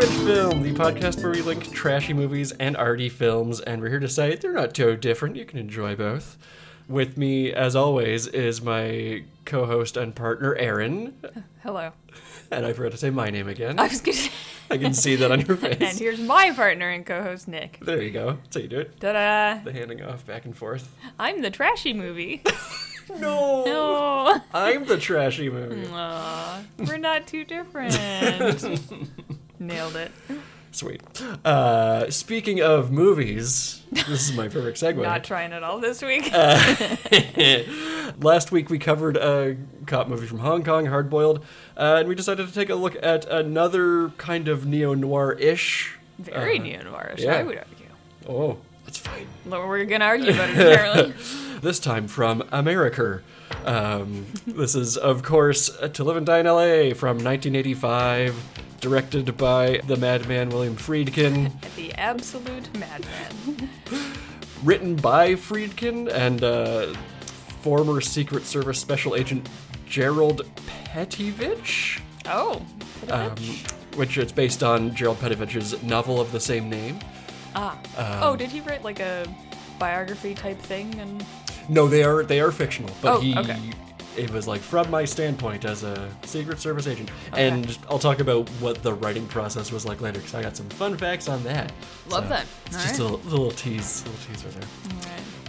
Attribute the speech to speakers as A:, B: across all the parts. A: Film, the podcast where we link trashy movies and arty films, and we're here to say they're not too different. You can enjoy both. With me, as always, is my co host and partner, Aaron.
B: Hello.
A: And I forgot to say my name again.
B: I was gonna.
A: I can see that on your face.
B: and here's my partner and co-host Nick.
A: There you go. That's how you do it.
B: Ta-da!
A: The handing off back and forth.
B: I'm the trashy movie.
A: No!
B: No, Hmm.
A: I'm the trashy movie.
B: Aw, we're not too different. Nailed it.
A: Sweet. Uh, speaking of movies, this is my perfect segue.
B: Not trying at all this week.
A: Uh, Last week we covered a cop movie from Hong Kong, Hard Boiled, uh, and we decided to take a look at another kind of neo noir ish.
B: Very neo-noirish,
A: uh-huh. yeah.
B: I would argue.
A: Oh, that's fine.
B: Well, We're gonna argue about it apparently.
A: This time from America. Um, this is, of course, To Live and Die in LA from 1985, directed by the madman William Friedkin.
B: the absolute madman.
A: written by Friedkin and uh, former Secret Service Special Agent Gerald Pettivich,
B: Oh.
A: um, which it's based on Gerald Pettivich's novel of the same name.
B: Ah.
A: um,
B: oh, did he write like a biography type thing? And
A: No, they are they are fictional, but
B: Oh,
A: he
B: okay.
A: it was like from my standpoint as a Secret Service agent, and I'll talk about what the writing process was like later because I got some fun facts on that.
B: Love that.
A: It's
B: All
A: just
B: right.
A: a little tease, little teaser there.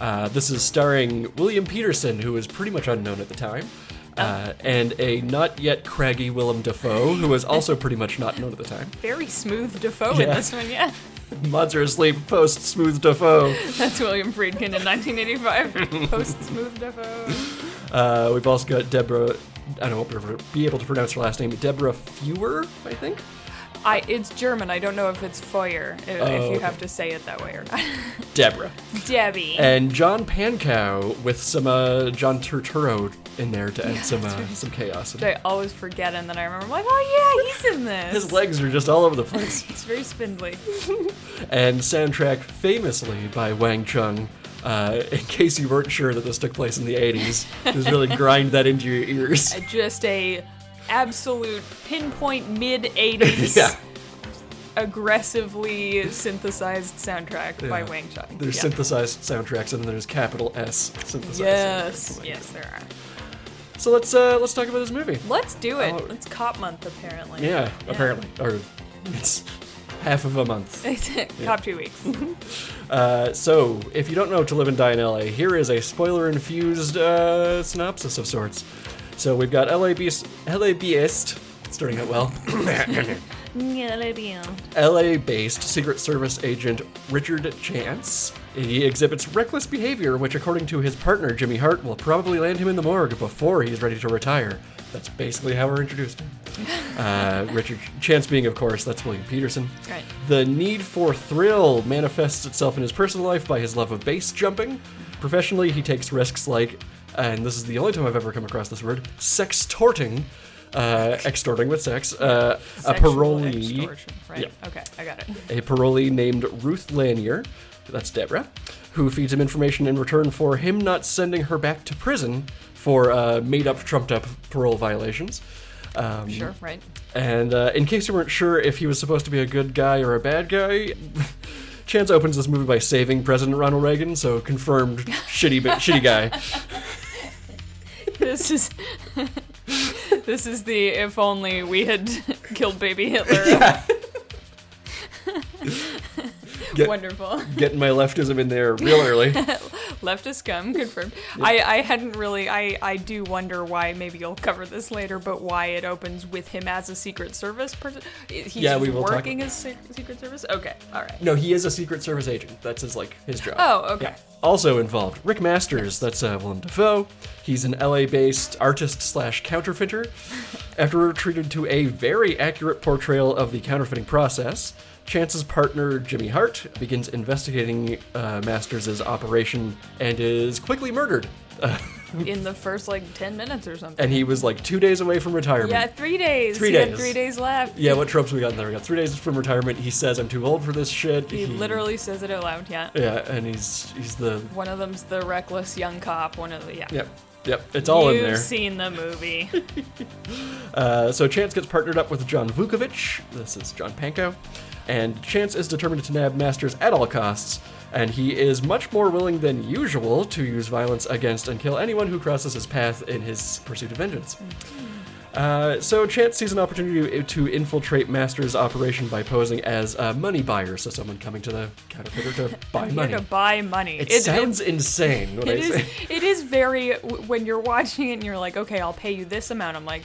A: Uh, this is starring William Peterson, who was pretty much unknown at the time,
B: Oh.
A: uh, and a not yet craggy Willem Dafoe, who was also pretty much not known at the time.
B: very smooth Defoe in
A: Yeah.
B: this one. Yeah,
A: Mods are asleep, post smooth Dafoe.
B: that's William Friedkin in 1985. Post smooth Defoe.
A: Uh, we've also got Deborah. I don't know, if be able to pronounce her last name. Deborah Fewer, I think.
B: I it's German. I don't know if it's Feuer if, if you
A: Oh, okay.
B: have to say it that way or not.
A: Deborah.
B: Debbie.
A: And John Pankow with some uh, John Turturro in there to add some uh, some chaos.
B: I always forget, and then I remember, I'm like, oh yeah, he's in this.
A: His legs are just all over the place.
B: It's very spindly.
A: and soundtrack famously by Wang Chung. Uh, in case you weren't sure that this took place in the 80s, just really grind that into your ears.
B: Just a absolute pinpoint mid 80s
A: yeah,
B: aggressively synthesized soundtrack by
A: Yeah.
B: Wang Chung.
A: there's
B: Yeah.
A: synthesized soundtracks and then there's capital S synthesized.
B: Yes,
A: soundtracks.
B: yes, there are.
A: So let's uh, let's talk about this movie.
B: Let's do it.
A: Oh.
B: It's Cop Month, apparently.
A: Yeah, apparently, or it's half of a month.
B: Cop two weeks.
A: Uh, so if you don't know To Live and Die in L.A., here is a spoiler-infused uh, synopsis of sorts. So we've got LABist, LABist, starting out well.
B: Yeah, um, maybe.
A: LA based Secret Service agent Richard Chance. He exhibits reckless behavior, which, according to his partner Jimmy Hart, will probably land him in the morgue before he's ready to retire. That's basically how we're introduced. Uh, Richard Chance being, of course, that's William Peterson.
B: Right.
A: The need for thrill manifests itself in his personal life by his love of base jumping. Professionally, he takes risks like, and this is the only time I've ever come across this word, sextorting, uh, extorting with sex, uh, a
B: Sexual
A: parolee.
B: extortion, Right.
A: Yeah.
B: Okay, I got it.
A: A parolee named Ruth Lanier, that's Deborah, who feeds him information in return for him not sending her back to prison for uh, made up, trumped up parole violations. Um,
B: Sure, right.
A: and uh, in case you weren't sure if he was supposed to be a good guy or a bad guy, Chance opens this movie by saving President Ronald Reagan, so confirmed shitty ba- shitty guy.
B: This is this is the if only we had killed baby Hitler.
A: Get-
B: Wonderful.
A: Getting my leftism in there real early.
B: Leftist scum confirmed. I, I hadn't really I, I do wonder why maybe you'll cover this later, but why it opens with him as a Secret Service person. He's
A: Yeah, we will talk
B: working
A: about
B: as Se- Secret Service. Okay, all right.
A: No, he is a Secret Service agent. That's his like his job.
B: Oh, okay.
A: Also involved, Rick Masters. That's uh, Willem Dafoe. He's an LA-based artist slash counterfeiter. After retreated to a very accurate portrayal of the counterfeiting process, Chance's partner Jimmy Hart begins investigating uh, Masters' operation and is quickly murdered. Uh,
B: In the first like ten minutes or something.
A: and he was like two days away from retirement.
B: Yeah, three days.
A: Three
B: he
A: days.
B: had three days left.
A: Yeah, what tropes we got in there? We got three days from retirement. He says, "I'm too old for this shit."
B: He literally says it out loud. Yeah.
A: Yeah, and he's he's the
B: One of them's the reckless young cop. One of the yeah.
A: Yep. Yep, it's all
B: You've
A: in there.
B: seen the movie.
A: Uh, so Chance gets partnered up with John Vukovic. This is John Panko. And Chance is determined to nab Masters at all costs, and he is much more willing than usual to use violence against and kill anyone who crosses his path in his pursuit of vengeance.
B: Mm-hmm.
A: Uh, so Chance sees an opportunity to infiltrate Masters' operation by posing as a money buyer, so someone coming to the counterfeiter to buy
B: You're
A: money.
B: to buy money.
A: It
B: It's-
A: sounds insane when I
B: it
A: say
B: is it is very w- when you're watching it and you're like okay i'll pay you this amount i'm like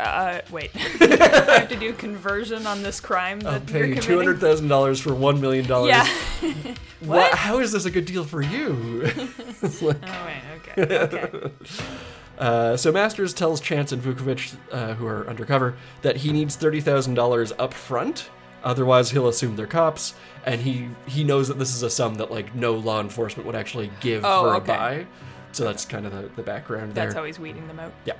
B: uh wait i have to do conversion on this crime that
A: I'll
B: you're
A: pay you two
B: committing
A: hundred thousand dollars for one million dollars.
B: yeah
A: Wha-
B: What?
A: How is this a good deal for you?
B: oh wait okay okay
A: Uh, so Masters tells Chance and Vukovic, uh, who are undercover, that he needs thirty thousand dollars up front. Otherwise, he'll assume they're cops, and he he knows that this is a sum that like no law enforcement would actually give
B: Oh,
A: for
B: okay.
A: a buy. So that's kind of the, the background
B: that's
A: there.
B: how he's weeding them out
A: yeah,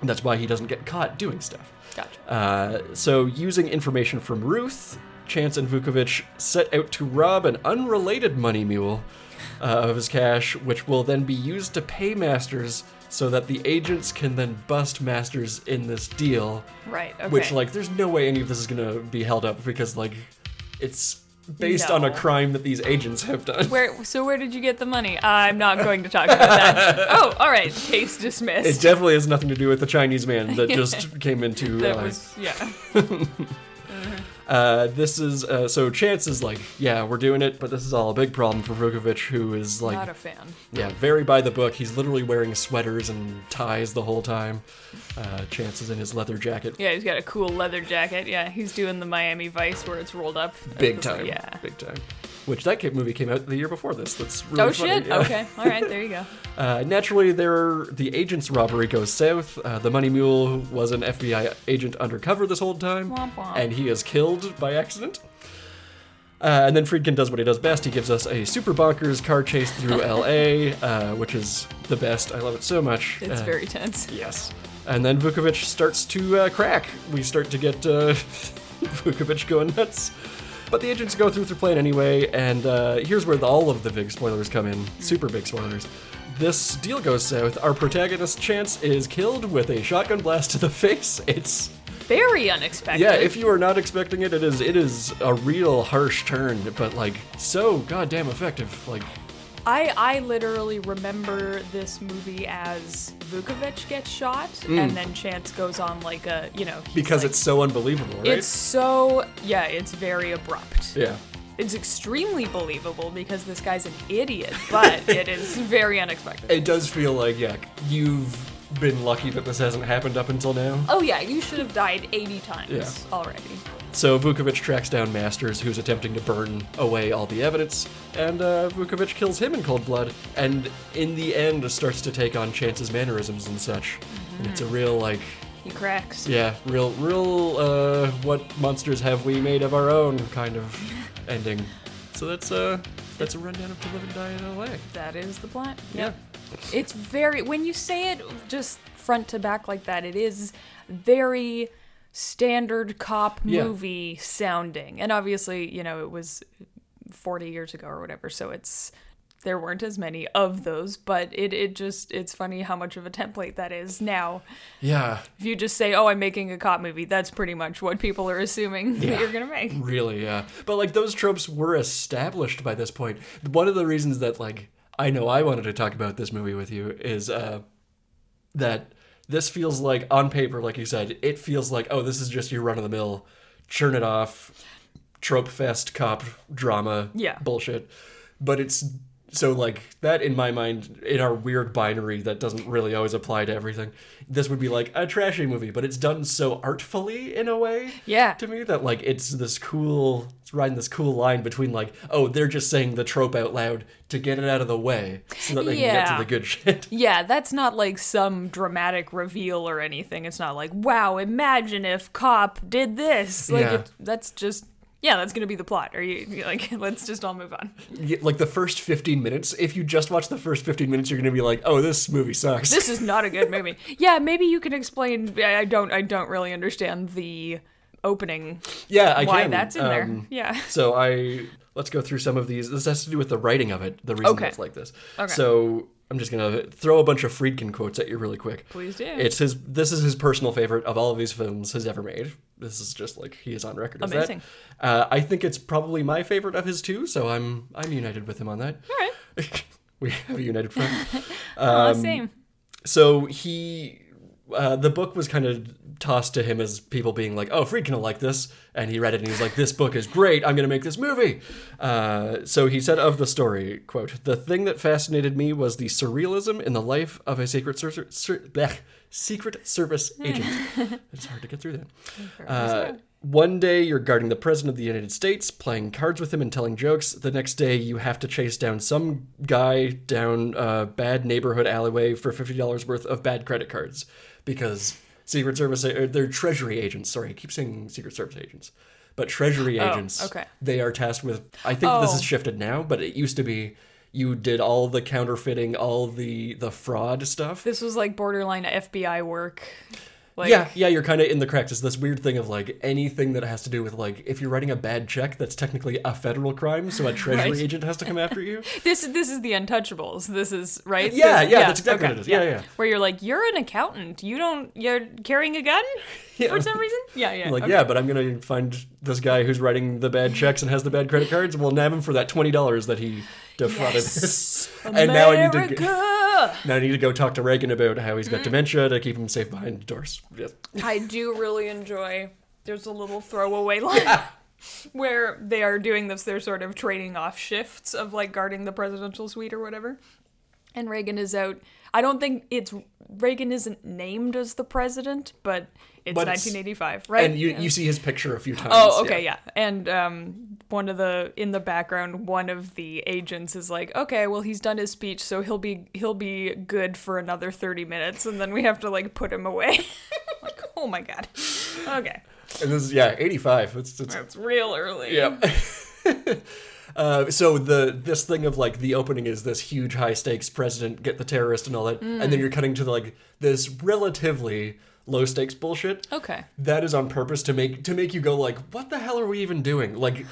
A: And that's why he doesn't get caught doing stuff.
B: gotcha
A: Uh, so, using information from Ruth, Chance and Vukovic set out to rob an unrelated money mule uh, of his cash, which will then be used to pay Masters so that the agents can then bust Masters in this deal.
B: right okay
A: Which, like, there's no way any of this is going to be held up because, like, it's based on a
B: No.
A: crime that these agents have done.
B: where so where did you get the money i'm not going to talk about that oh all right case
A: It
B: dismissed
A: definitely has nothing to do with the Chinese man that just came into.
B: that
A: uh,
B: was yeah
A: Uh, this is uh, so Chance is like, yeah, we're doing it, but this is all a big problem for Vukovic, who is
B: not
A: like,
B: a fan
A: yeah, very by the book. He's literally wearing sweaters and ties the whole time. Uh, Chance is in his leather jacket,
B: yeah he's got a cool leather jacket yeah he's doing the miami vice where it's rolled up
A: big time,
B: yeah
A: big time. Which that kid movie came out the year before this. That's really
B: Oh
A: funny,
B: shit!
A: yeah.
B: Okay, all right, there you go.
A: Uh, naturally, there the agent's robbery goes south. Uh, the money mule was an FBI agent undercover this whole time,
B: Womp womp.
A: and he is killed by accident. Uh, and then Friedkin does what he does best. He gives us a super bonkers car chase through LA, uh, which is the best. I love it so much.
B: It's
A: Uh,
B: very tense.
A: yes. And then Vukovic starts to uh, crack. We start to get uh, Vukovic going nuts. But the agents go through their plan anyway, and uh, here's where the, all of the big spoilers come in. Super big spoilers. This deal goes south. Our protagonist Chance is killed with a shotgun blast to the face. It's
B: Very unexpected.
A: yeah, if you are not expecting it, it is it is a real harsh turn, but like so goddamn effective. Like
B: I I literally remember this movie as Vukovic gets shot, and then Chance goes on like a you know he's
A: Hmm. because
B: like-
A: it's so unbelievable, right?
B: it's so yeah it's very abrupt.
A: yeah.
B: It's extremely believable because this guy's an idiot, but it is very unexpected.
A: It does feel like yeah, you've been lucky that this hasn't happened up until now.
B: Oh yeah, you should have died 80 times
A: Yeah.
B: already.
A: So Vukovic tracks down Masters, who's attempting to burn away all the evidence, and uh, Vukovic kills him in cold blood, and in the end starts to take on Chance's mannerisms and such. And it's a real like,
B: He cracks.
A: yeah, real, real, uh, what monsters have we made of our own kind of ending. So that's uh, that's a rundown of To Live and Die in L.A.
B: That is the plot.
A: Yeah.
B: It's very when you say it just front to back like that, it is very standard cop
A: Yeah.
B: movie sounding. And obviously, you know, it was 40 years ago or whatever, so it's there weren't as many of those, but it it just it's funny how much of a template that is now.
A: Yeah,
B: If you just say, "Oh, I'm making a cop movie," that's pretty much what people are assuming that you're going to make.
A: Really, yeah. But like those tropes were established by this point. One of the reasons that like I know I wanted to talk about this movie with you is uh that this feels like on paper, like you said, it feels like oh, this is just your run of the mill, churn it off, trope fest cop drama
B: Yeah.
A: bullshit. But it's so like that in my mind in our weird binary that doesn't really always apply to everything. This would be like a trashy movie, but it's done so artfully in a way
B: Yeah.
A: to me that like it's this cool it's riding this cool line between like oh they're just saying the trope out loud to get it out of the way so that they can get
B: Yeah.
A: to the good shit
B: Yeah, that's not like some dramatic reveal or anything. It's not like, wow, imagine if cop did this. Like
A: Yeah.
B: it, that's just yeah, that's gonna be the plot. Are you you're like, let's just all move on.
A: Y- like the first 15 minutes if you just watch the first 15 minutes you're gonna be like oh this movie sucks
B: This is not a good movie. Yeah, maybe you can explain. I I don't. I don't really understand the opening.
A: yeah i
B: why
A: can.
B: that's in there.
A: Um,
B: Yeah.
A: so i let's go through some of these this has to do with the writing of it the reason
B: Okay.
A: it's like this
B: Okay.
A: so I'm just gonna throw a bunch of Friedkin quotes at you really quick.
B: Please do.
A: It's his. This is his personal favorite of all of these films he's ever made. This is just like he is on record. as that.
B: Amazing.
A: Uh, I think it's probably my favorite of his too. So I'm I'm united with him on that.
B: All right.
A: we have a united front.
B: Aw,
A: um,
B: same.
A: so he uh, the book was kind of tossed to him as people being like oh friedkin will like this and he read it and he was like this book is great i'm going to make this movie uh, so he said of the story quote the thing that fascinated me was the surrealism in the life of a secret, ser- ser- blech, secret service agent it's hard to get through that uh, one day you're guarding the president of the United States, playing cards with him and telling jokes. The next day you have to chase down some guy down a bad neighborhood alleyway for fifty dollars worth of bad credit cards because Secret Service or they're Treasury agents. Sorry, I keep saying Secret Service agents, but Treasury agents.
B: Oh, okay.
A: They are tasked with. I think this
B: Oh.
A: is shifted now, but it used to be you did all the counterfeiting, all the the fraud stuff.
B: This was like borderline FBI work. Like,
A: yeah, yeah, you're kind of in the cracks. It's this weird thing of like anything that has to do with like if you're writing a bad check, that's technically a federal crime, so a treasury
B: Right.
A: agent has to come after you.
B: This this is the Untouchables. This is right.
A: Yeah,
B: This-
A: yeah, that's exactly what it is. Yeah, yeah.
B: Where you're like, you're an accountant. You don't. You're carrying a gun for some reason. Yeah, yeah.
A: Like,
B: okay.
A: yeah, but I'm gonna find this guy who's writing the bad checks and has the bad credit cards, and we'll nab him for that twenty dollars that he defrauded.
B: Yes.
A: and now I need to go,
B: America!
A: now I need to go talk to Reagan about how he's got
B: Mm.
A: dementia to keep him safe behind doors. Yes.
B: I do really enjoy. There's a little throwaway line where they are doing this. They're sort of trading off shifts of like guarding the presidential suite or whatever. And Reagan is out. I don't think it's Reagan isn't named as the president, but it's
A: But it's-
B: 1985, right?
A: And you
B: Yeah.
A: you see his picture a few times.
B: Oh, okay, yeah. And um, one of the in the background, one of the agents is like, "Okay, well, he's done his speech, so he'll be he'll be good for another thirty minutes, and then we have to like put him away." like, oh my god. Okay,
A: And this is yeah, eighty five. It's it's
B: that's real early.
A: Yep. Uh, so the this thing of like the opening is this huge high stakes president get the terrorist and all that, and then you're cutting to like this relatively low stakes bullshit.
B: Okay.
A: That is on purpose to make to make you go like, what the hell are we even doing? Like,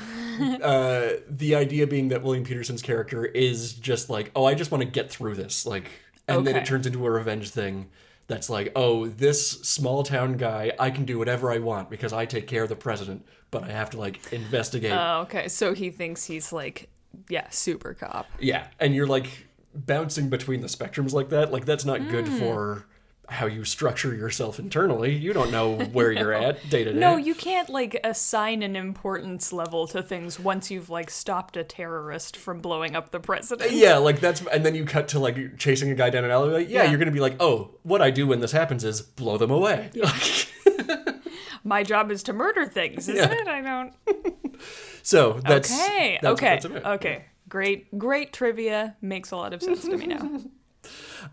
A: uh, the idea being that William Peterson's character is just like, oh, I just want to get through this, like, and then it
B: Okay.
A: turns into a revenge thing. That's like, oh, this small town guy, I can do whatever I want because I take care of the president, but I have to like investigate
B: Oh, okay. So he thinks he's like, yeah, super cop.
A: yeah, and you're like bouncing between the spectrums like that. Like that's not
B: Hmm.
A: good for how you structure yourself internally. You don't know where you're at day to day.
B: No, you can't like assign an importance level to things once you've like stopped a terrorist from blowing up the president.
A: yeah, like that's and then you cut to like chasing a guy down an alleyway. Yeah,
B: Yeah.
A: you're gonna be like, oh, what I do when this happens is blow them away.
B: My job is to murder things, isn't
A: Yeah.
B: it? I don't.
A: so that's
B: Okay.
A: that's what
B: okay.
A: that's about.
B: Okay. Great. Great trivia makes a lot of sense to me now.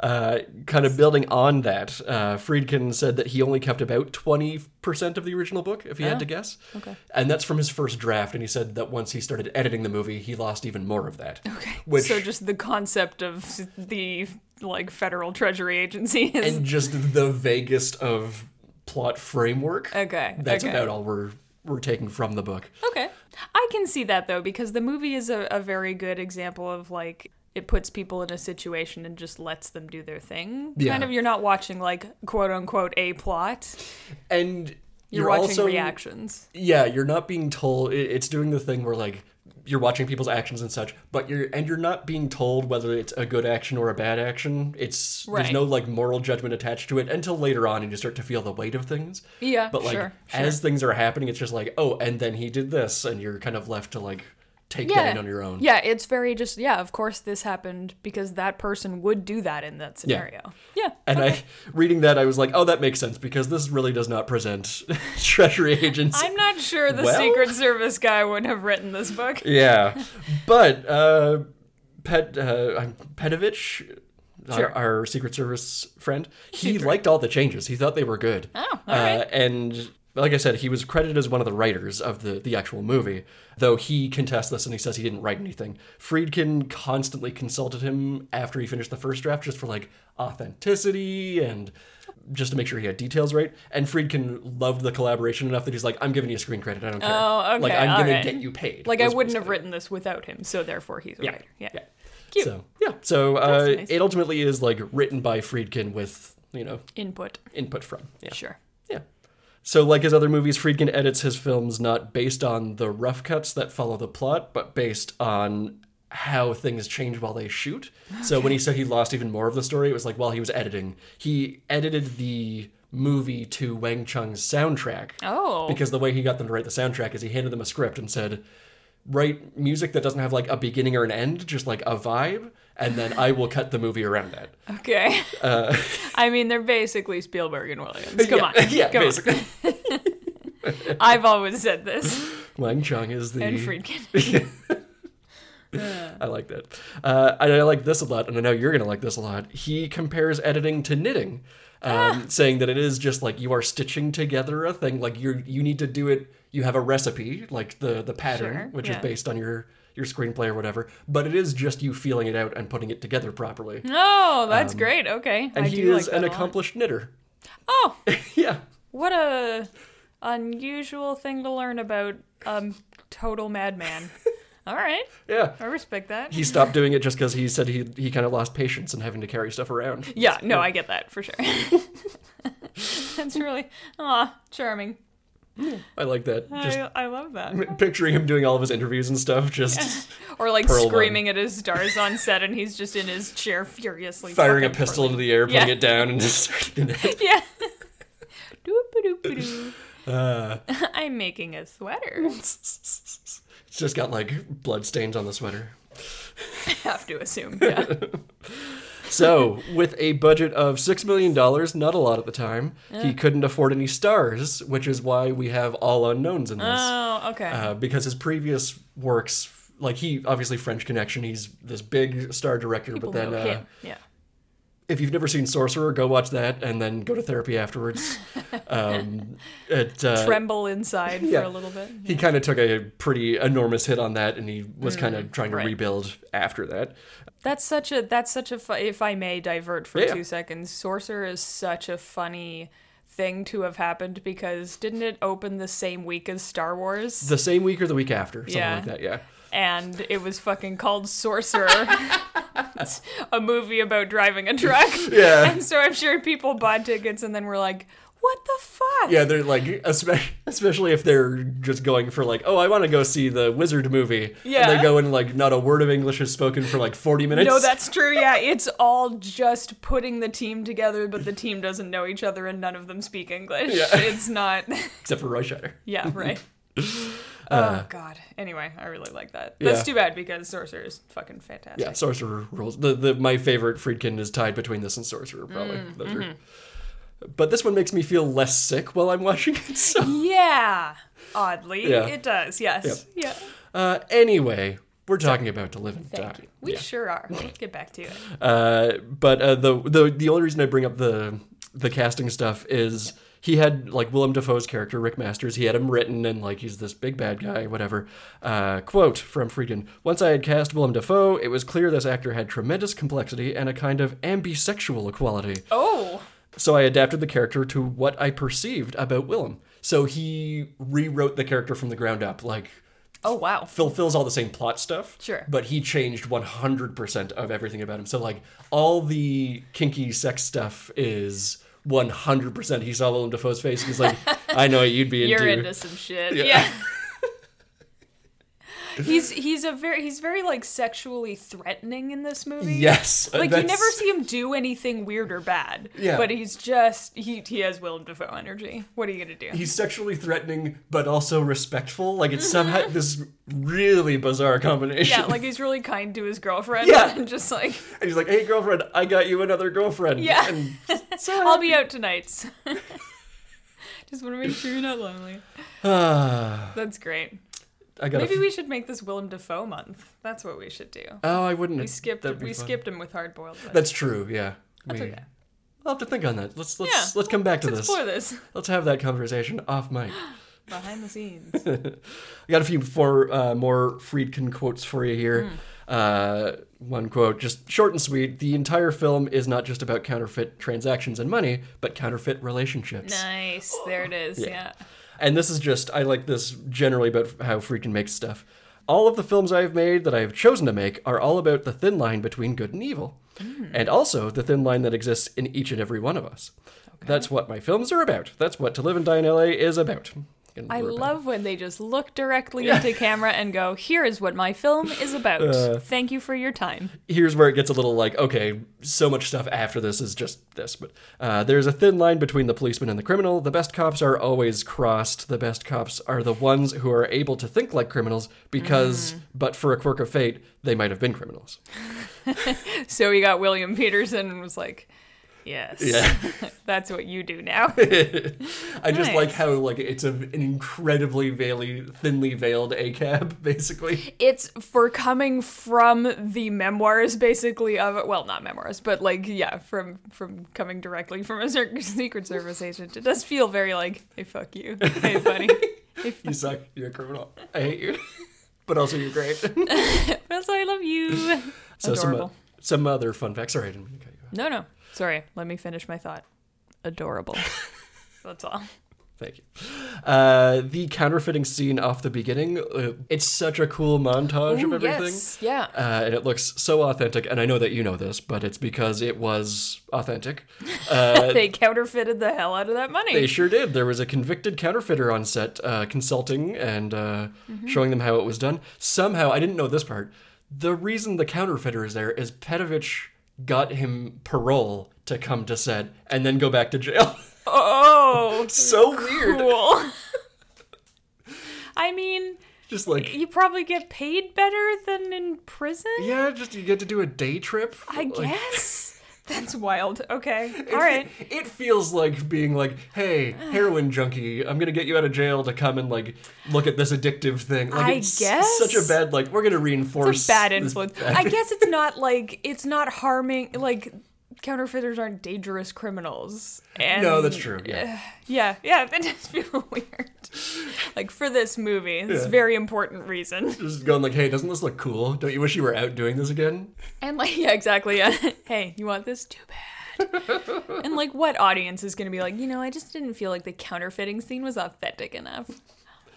A: Uh, kind of building on that, uh, Friedkin said that he only kept about 20% of the original book, if he had to guess.
B: Oh, okay.
A: And that's from his first draft, and he said that once he started editing the movie, he lost even more of that. Okay. Which,
B: so just the concept of the like federal treasury agency is
A: and just the vaguest of plot framework.
B: okay.
A: That's
B: okay.
A: about all we're, we're taking from the book.
B: Okay. I can see that though because the movie is a, a very good example of like it puts people in a situation and just lets them do their thing.
A: Yeah.
B: Kind of you're not watching like quote unquote a plot.
A: And
B: You're,
A: you're,
B: watching
A: also,
B: reactions.
A: yeah, you're not being told. It, it's doing the thing where like you're watching people's actions and such, but you're and you're not being told whether it's a good action or a bad action. It's there's
B: Right.
A: no like moral judgment attached to it until later on, and you start to feel the weight of things.
B: Yeah,
A: but like
B: sure,
A: as things are happening, it's just like oh, and then he did this, and you're kind of left to like take that in on your own.
B: Yeah, it's very just yeah, of course this happened because that person would do that in that scenario. Yeah.
A: And I, reading that, I was like, "Oh, that makes sense because this really does not present treasury agents
B: I'm not sure the
A: Well-
B: Secret Service guy would have written this book.
A: Yeah, but uh, Pet uh, I'm- Petovich,
B: Sure.
A: our, our Secret Service friend, he liked all the changes. He thought they were good.
B: Oh, all
A: uh,
B: right.
A: And But like I said, he was credited as one of the writers of the, the actual movie, though he contests this and he says he didn't write anything. Friedkin constantly consulted him after he finished the first draft just for like authenticity and just to make sure he had details right. And Friedkin loved the collaboration enough that he's like, I'm giving you screen credit. I don't care.
B: Oh, okay,
A: Like, I'm going
B: alright.
A: to get you paid.
B: Like I
A: was
B: wouldn't have
A: basically-
B: written this without him, so therefore he's a writer. Yeah.
A: Yeah.
B: Cute.
A: So, yeah. So uh,
B: nice.
A: it ultimately is like written by Friedkin with, you know,
B: Input.
A: input from. Yeah.
B: Sure.
A: Yeah. So, like his other movies, Friedkin edits his films not based on the rough cuts that follow the plot, but based on how things change while they shoot. So, when he said he lost even more of the story, it was like while he was editing, he edited the movie to Wang Chung's soundtrack.
B: Oh.
A: Because the way he got them to write the soundtrack is he handed them a script and said, write music that doesn't have like a beginning or an end, just like a vibe, and then I will cut the movie around that.
B: okay. I mean, they're basically Spielberg and Williams. Come
A: uh, yeah,
B: on.
A: Yeah,
B: Come
A: basically.
B: on. I've always said this.
A: Wang Chung is the.
B: And Friedkin.
A: I like that. Uh, and I like this a lot, and I know you're going to like this a lot. He compares editing to knitting,
B: Ah!
A: um, saying that it is just like you are stitching together a thing. Like you you need to do it. You have a recipe, like the the pattern,
B: Sure,
A: which
B: yeah.
A: is based on your your screenplay or whatever. But it is just you feeling it out and putting it together properly.
B: No, Oh, that's great. Okay.
A: Um, And
B: I
A: he
B: do
A: is
B: like
A: an
B: that a lot.
A: accomplished knitter.
B: Oh,
A: yeah.
B: what a unusual thing to learn about um total madman. All right.
A: Yeah.
B: I respect that.
A: He stopped doing it just because he said he he kind of lost patience in having to carry stuff around.
B: Yeah, no, I get that for sure. That's really ah charming.
A: I like that. Just
B: I, I love that.
A: picturing him doing all of his interviews and stuff, just
B: Or like
A: Pearl
B: screaming at his stars on set, and he's just in his chair furiously
A: firing a
B: fucking
A: pistol into the air, putting
B: Yeah.
A: it down, and just starting it.
B: twirling. Yeah. Doop-a-doop-a-doo.
A: Uh,
B: I'm making a sweater.
A: it's just got like blood stains on the sweater.
B: Have to assume. Yeah.
A: So, with a budget of six million dollars, not a lot at the time,
B: Uh.
A: he couldn't afford any stars, which is why we have all unknowns in this.
B: Oh, okay.
A: uh, because his previous works, like he obviously French Connection, he's this big star director,
B: People
A: but then
B: know
A: uh,
B: him. Yeah.
A: if you've never seen Sorcerer, go watch that and then go to therapy afterwards. um, it, uh,
B: Tremble inside
A: yeah.
B: for a little bit.
A: he kind of took a pretty enormous hit on that, and he was kind of trying to
B: Mm, right.
A: rebuild after that.
B: That's such a that's such a fu- if I may divert for
A: Yeah.
B: two seconds. Sorcerer is such a funny thing to have happened because didn't it open the same week as Star Wars?
A: The same week or the week after, something
B: Yeah.
A: like that. Yeah,
B: and it was fucking called Sorcerer. It's a movie about driving a truck.
A: Yeah.
B: And so I'm sure people bought tickets and then were like, what the fuck?
A: yeah. They're like, espe- especially if they're just going for like, oh, I want to go see the wizard movie. and
B: Yeah.
A: they go and like not a word of English is spoken for like forty minutes.
B: No, that's true. Yeah, it's all just putting the team together, but the team doesn't know each other and none of them speak English.
A: Yeah.
B: It's not.
A: except for Roy Scheider.
B: yeah, right.
A: Uh,
B: oh, God. Anyway, I really like that.
A: Yeah.
B: That's too bad because Sorcerer is fucking fantastic.
A: Yeah, sorcerer rules. The, the my favorite Friedkin is tied between this and sorcerer probably.
B: Mm,
A: Those are-
B: mm-hmm.
A: but this one makes me feel less sick while I'm watching it. So
B: Yeah, Oddly,
A: Yeah.
B: it does. Yes. Yeah.
A: uh, anyway, we're talking about to live and
B: Thank
A: die.
B: you. We
A: Yeah.
B: sure are. We'll get back to it.
A: Uh, but uh, the the the only reason I bring up the the casting stuff is he had like Willem Dafoe's character Rick Masters. He had him written and like he's this big bad guy, whatever. Uh, quote from Friedkin: Once I had cast Willem Dafoe, it was clear this actor had tremendous complexity and a kind of ambisexual quality.
B: Oh,
A: So I adapted the character to what I perceived about Willem. So he rewrote the character from the ground up, like
B: oh wow.
A: fulfills all the same plot stuff.
B: Sure.
A: But he changed 100% of everything about him. So like all the kinky sex stuff is 100%. He saw Willem Dafoe's face and he's like, I know what you'd be into.
B: You're into some shit. Yeah. he's he's a very he's very like sexually threatening in this movie.
A: Yes.
B: Like you
A: that's-
B: never see him do anything weird or bad.
A: Yeah.
B: But he's just he he has Willem Dafoe energy. What are you gonna do?
A: He's sexually threatening, but also respectful. Like it's somehow this really bizarre combination.
B: yeah, like he's really kind to his girlfriend
A: Yeah.
B: and just like
A: and he's like, "Hey, girlfriend, I got you another girlfriend."
B: Yeah.
A: And
B: I'll be out tonight. just wanna make sure you're not lonely.
A: Ah,
B: That's great.
A: I got.
B: Maybe we should make this Willem Dafoe month. That's what we should do.
A: Oh, I wouldn't.
B: We skipped.
A: that'd be
B: We
A: fun.
B: skipped him with hard boiled.
A: That's true. Yeah.
B: That's
A: we,
B: okay.
A: I'll have to think on that. Let's let's
B: Yeah.
A: let's come back to
B: Let's
A: this.
B: explore this.
A: Let's have that conversation off mic.
B: Behind the scenes.
A: I got a few for, uh, more Friedkin quotes for you
B: Hmm.
A: here. Uh, one quote, just short and sweet. The entire film is not just about counterfeit transactions and money, but counterfeit relationships.
B: nice. There it is. Yeah.
A: And this is just, I like this generally about how Friedkin makes stuff. All of the films I've made that I've chosen to make are all about the thin line between good and evil,
B: Hmm.
A: and also the thin line that exists in each and every one of us. That's what my films are about. That's what To Live and Die in LA is about. And
B: I
A: we're about-
B: love when they just look directly into camera and go, here is what my film is about.
A: Uh.
B: Thank you for your time.
A: here's where it gets a little like okay so much stuff after this is just this but uh, there's a thin line between the policeman and the criminal the best cops are always crossed the best cops are the ones who are able to think like criminals because
B: Mm-hmm.
A: but for a quirk of fate they might have been criminals
B: So we got William Peterson and was like, yes,
A: Yeah.
B: that's what you do now.
A: i just like
B: Nice.
A: how like it's a, an incredibly veily, thinly veiled a cab basically
B: it's for coming from the memoirs basically of well not memoirs but like yeah from from coming directly from a cer- secret service agent it does feel very like hey fuck you hey buddy Hey, fuck-
A: you suck you're a criminal i hate you but also you're great
B: that's why i love you
A: so some,
B: adorable
A: o- some other fun facts sorry i didn't mean to cut you off
B: no no sorry let me finish my thought adorable that's all
A: Thank you. Uh, the counterfeiting scene off the beginning, uh, it's such a cool montage of
B: Ooh,
A: everything.
B: yes yeah
A: Uh, and it looks so authentic, and I know that you know this, but it's because it was authentic. Uh,
B: they counterfeited the hell out of that money
A: they sure did. There was a convicted counterfeiter on set uh, consulting and uh,
B: Mm-hmm.
A: showing them how it was done. Somehow, I didn't know this part. The reason the counterfeiter is there is Petovich got him parole to come to set and then go back to jail.
B: oh
A: so weird.
B: cool i mean
A: Just like
B: you probably get paid better than in prison.
A: Yeah, just you get to do a day trip.
B: I
A: Like,
B: guess that's wild. Okay, all right.
A: It feels like being like, "Hey, heroin junkie, I'm gonna get you out of jail to come and like look at this addictive thing." Like,
B: I
A: it's
B: guess.
A: such a bad like we're gonna reinforce
B: It's a bad
A: this
B: influence.
A: bad-
B: I guess it's not like it's not harming. Like counterfeiters aren't dangerous criminals. And
A: no, that's true. Yeah,
B: Yeah, yeah. That does feel weird. Like for this movie, it's
A: Yeah.
B: a very important reason.
A: just going like, "Hey, doesn't this look cool? Don't you wish you were out doing this again?"
B: And like, yeah, exactly. Yeah. hey, you want this? Too bad. and like, what audience is gonna be like? You know, I just didn't feel like the counterfeiting scene was authentic enough.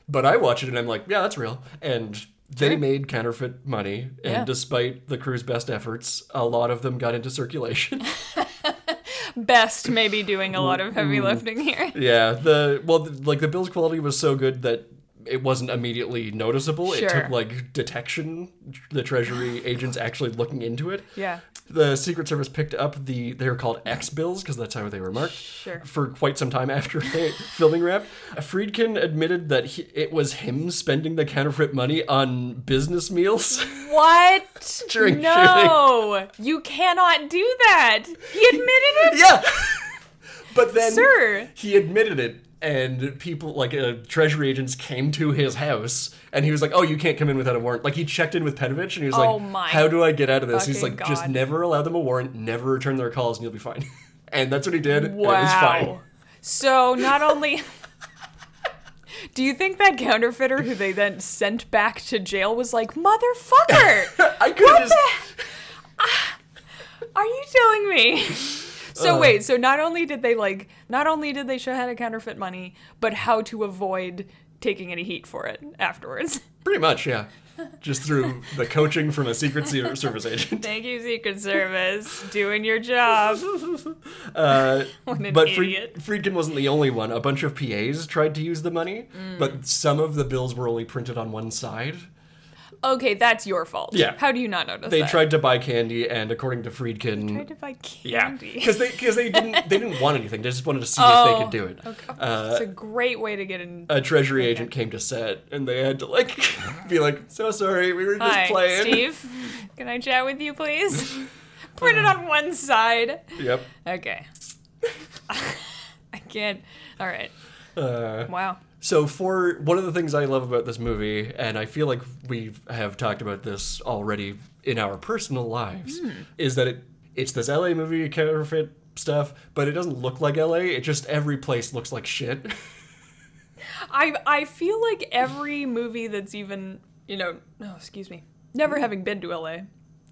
A: But I watch it and I'm like, "Yeah, that's real." And they made counterfeit money, and
B: Yeah.
A: despite the crew's best efforts, a lot of them got into circulation.
B: best maybe doing a lot of heavy lifting here.
A: Yeah, the well, the, like the bill's quality was so good that it wasn't immediately noticeable. It
B: Sure.
A: took like detection, the Treasury agents actually looking into it.
B: Yeah.
A: The Secret Service picked up the they were called X bills because that's how they were marked
B: Sure.
A: for quite some time after they, filming wrapped. Friedkin admitted that he, it was him spending the counterfeit money on business meals.
B: What?
A: During
B: no, you cannot do that. He admitted it.
A: yeah, but then
B: Sir.
A: he admitted it and people like uh, treasury agents came to his house and he was like oh you can't come in without a warrant like he checked in with petovich and he was
B: Oh my
A: like how do i get out of this he's
B: fucking
A: like just
B: God.
A: never allow them a warrant never return their calls and you'll be fine and that's what he did and it was fine
B: Wow. So not only. Do you think that counterfeiter who they then sent back to jail was like, motherfucker, Ah,
A: i could just
B: are you telling me? So wait, so not only did they like, not only did they show how to counterfeit money, but how to avoid taking any heat for it afterwards.
A: pretty much yeah just through the coaching from a secret Se- service agent
B: Thank you, Secret Service, doing your job.
A: uh,
B: What an
A: but
B: idiot.
A: Fried- friedkin wasn't the only one a bunch of pas tried to use the money
B: Mm.
A: but some of the bills were only printed on one side
B: Okay, that's your fault.
A: Yeah.
B: How do you not notice
A: They
B: that?
A: tried to buy candy, and according to Friedkin,
B: Tried to buy
A: yeah,
B: candy.
A: because they because they didn't they didn't want anything. They just wanted to see if
B: Oh,
A: they could do it.
B: okay.
A: Uh,
B: it's a great way to get in.
A: a treasury agent came to set, and they had to like be like, "So sorry, we were just
B: Hi,
A: playing."
B: Steve. Can I chat with you, please? Put
A: Uh.
B: it on one side.
A: Yep.
B: Okay. I can't. All right.
A: Uh,
B: Wow.
A: so for one of the things I love about this movie, and I feel like we have talked about this already in our personal lives, is that it it's this LA movie counterfeit stuff, but it doesn't look like LA. It just every place looks like shit.
B: I I feel like every movie that's even you know no excuse me never having been to LA.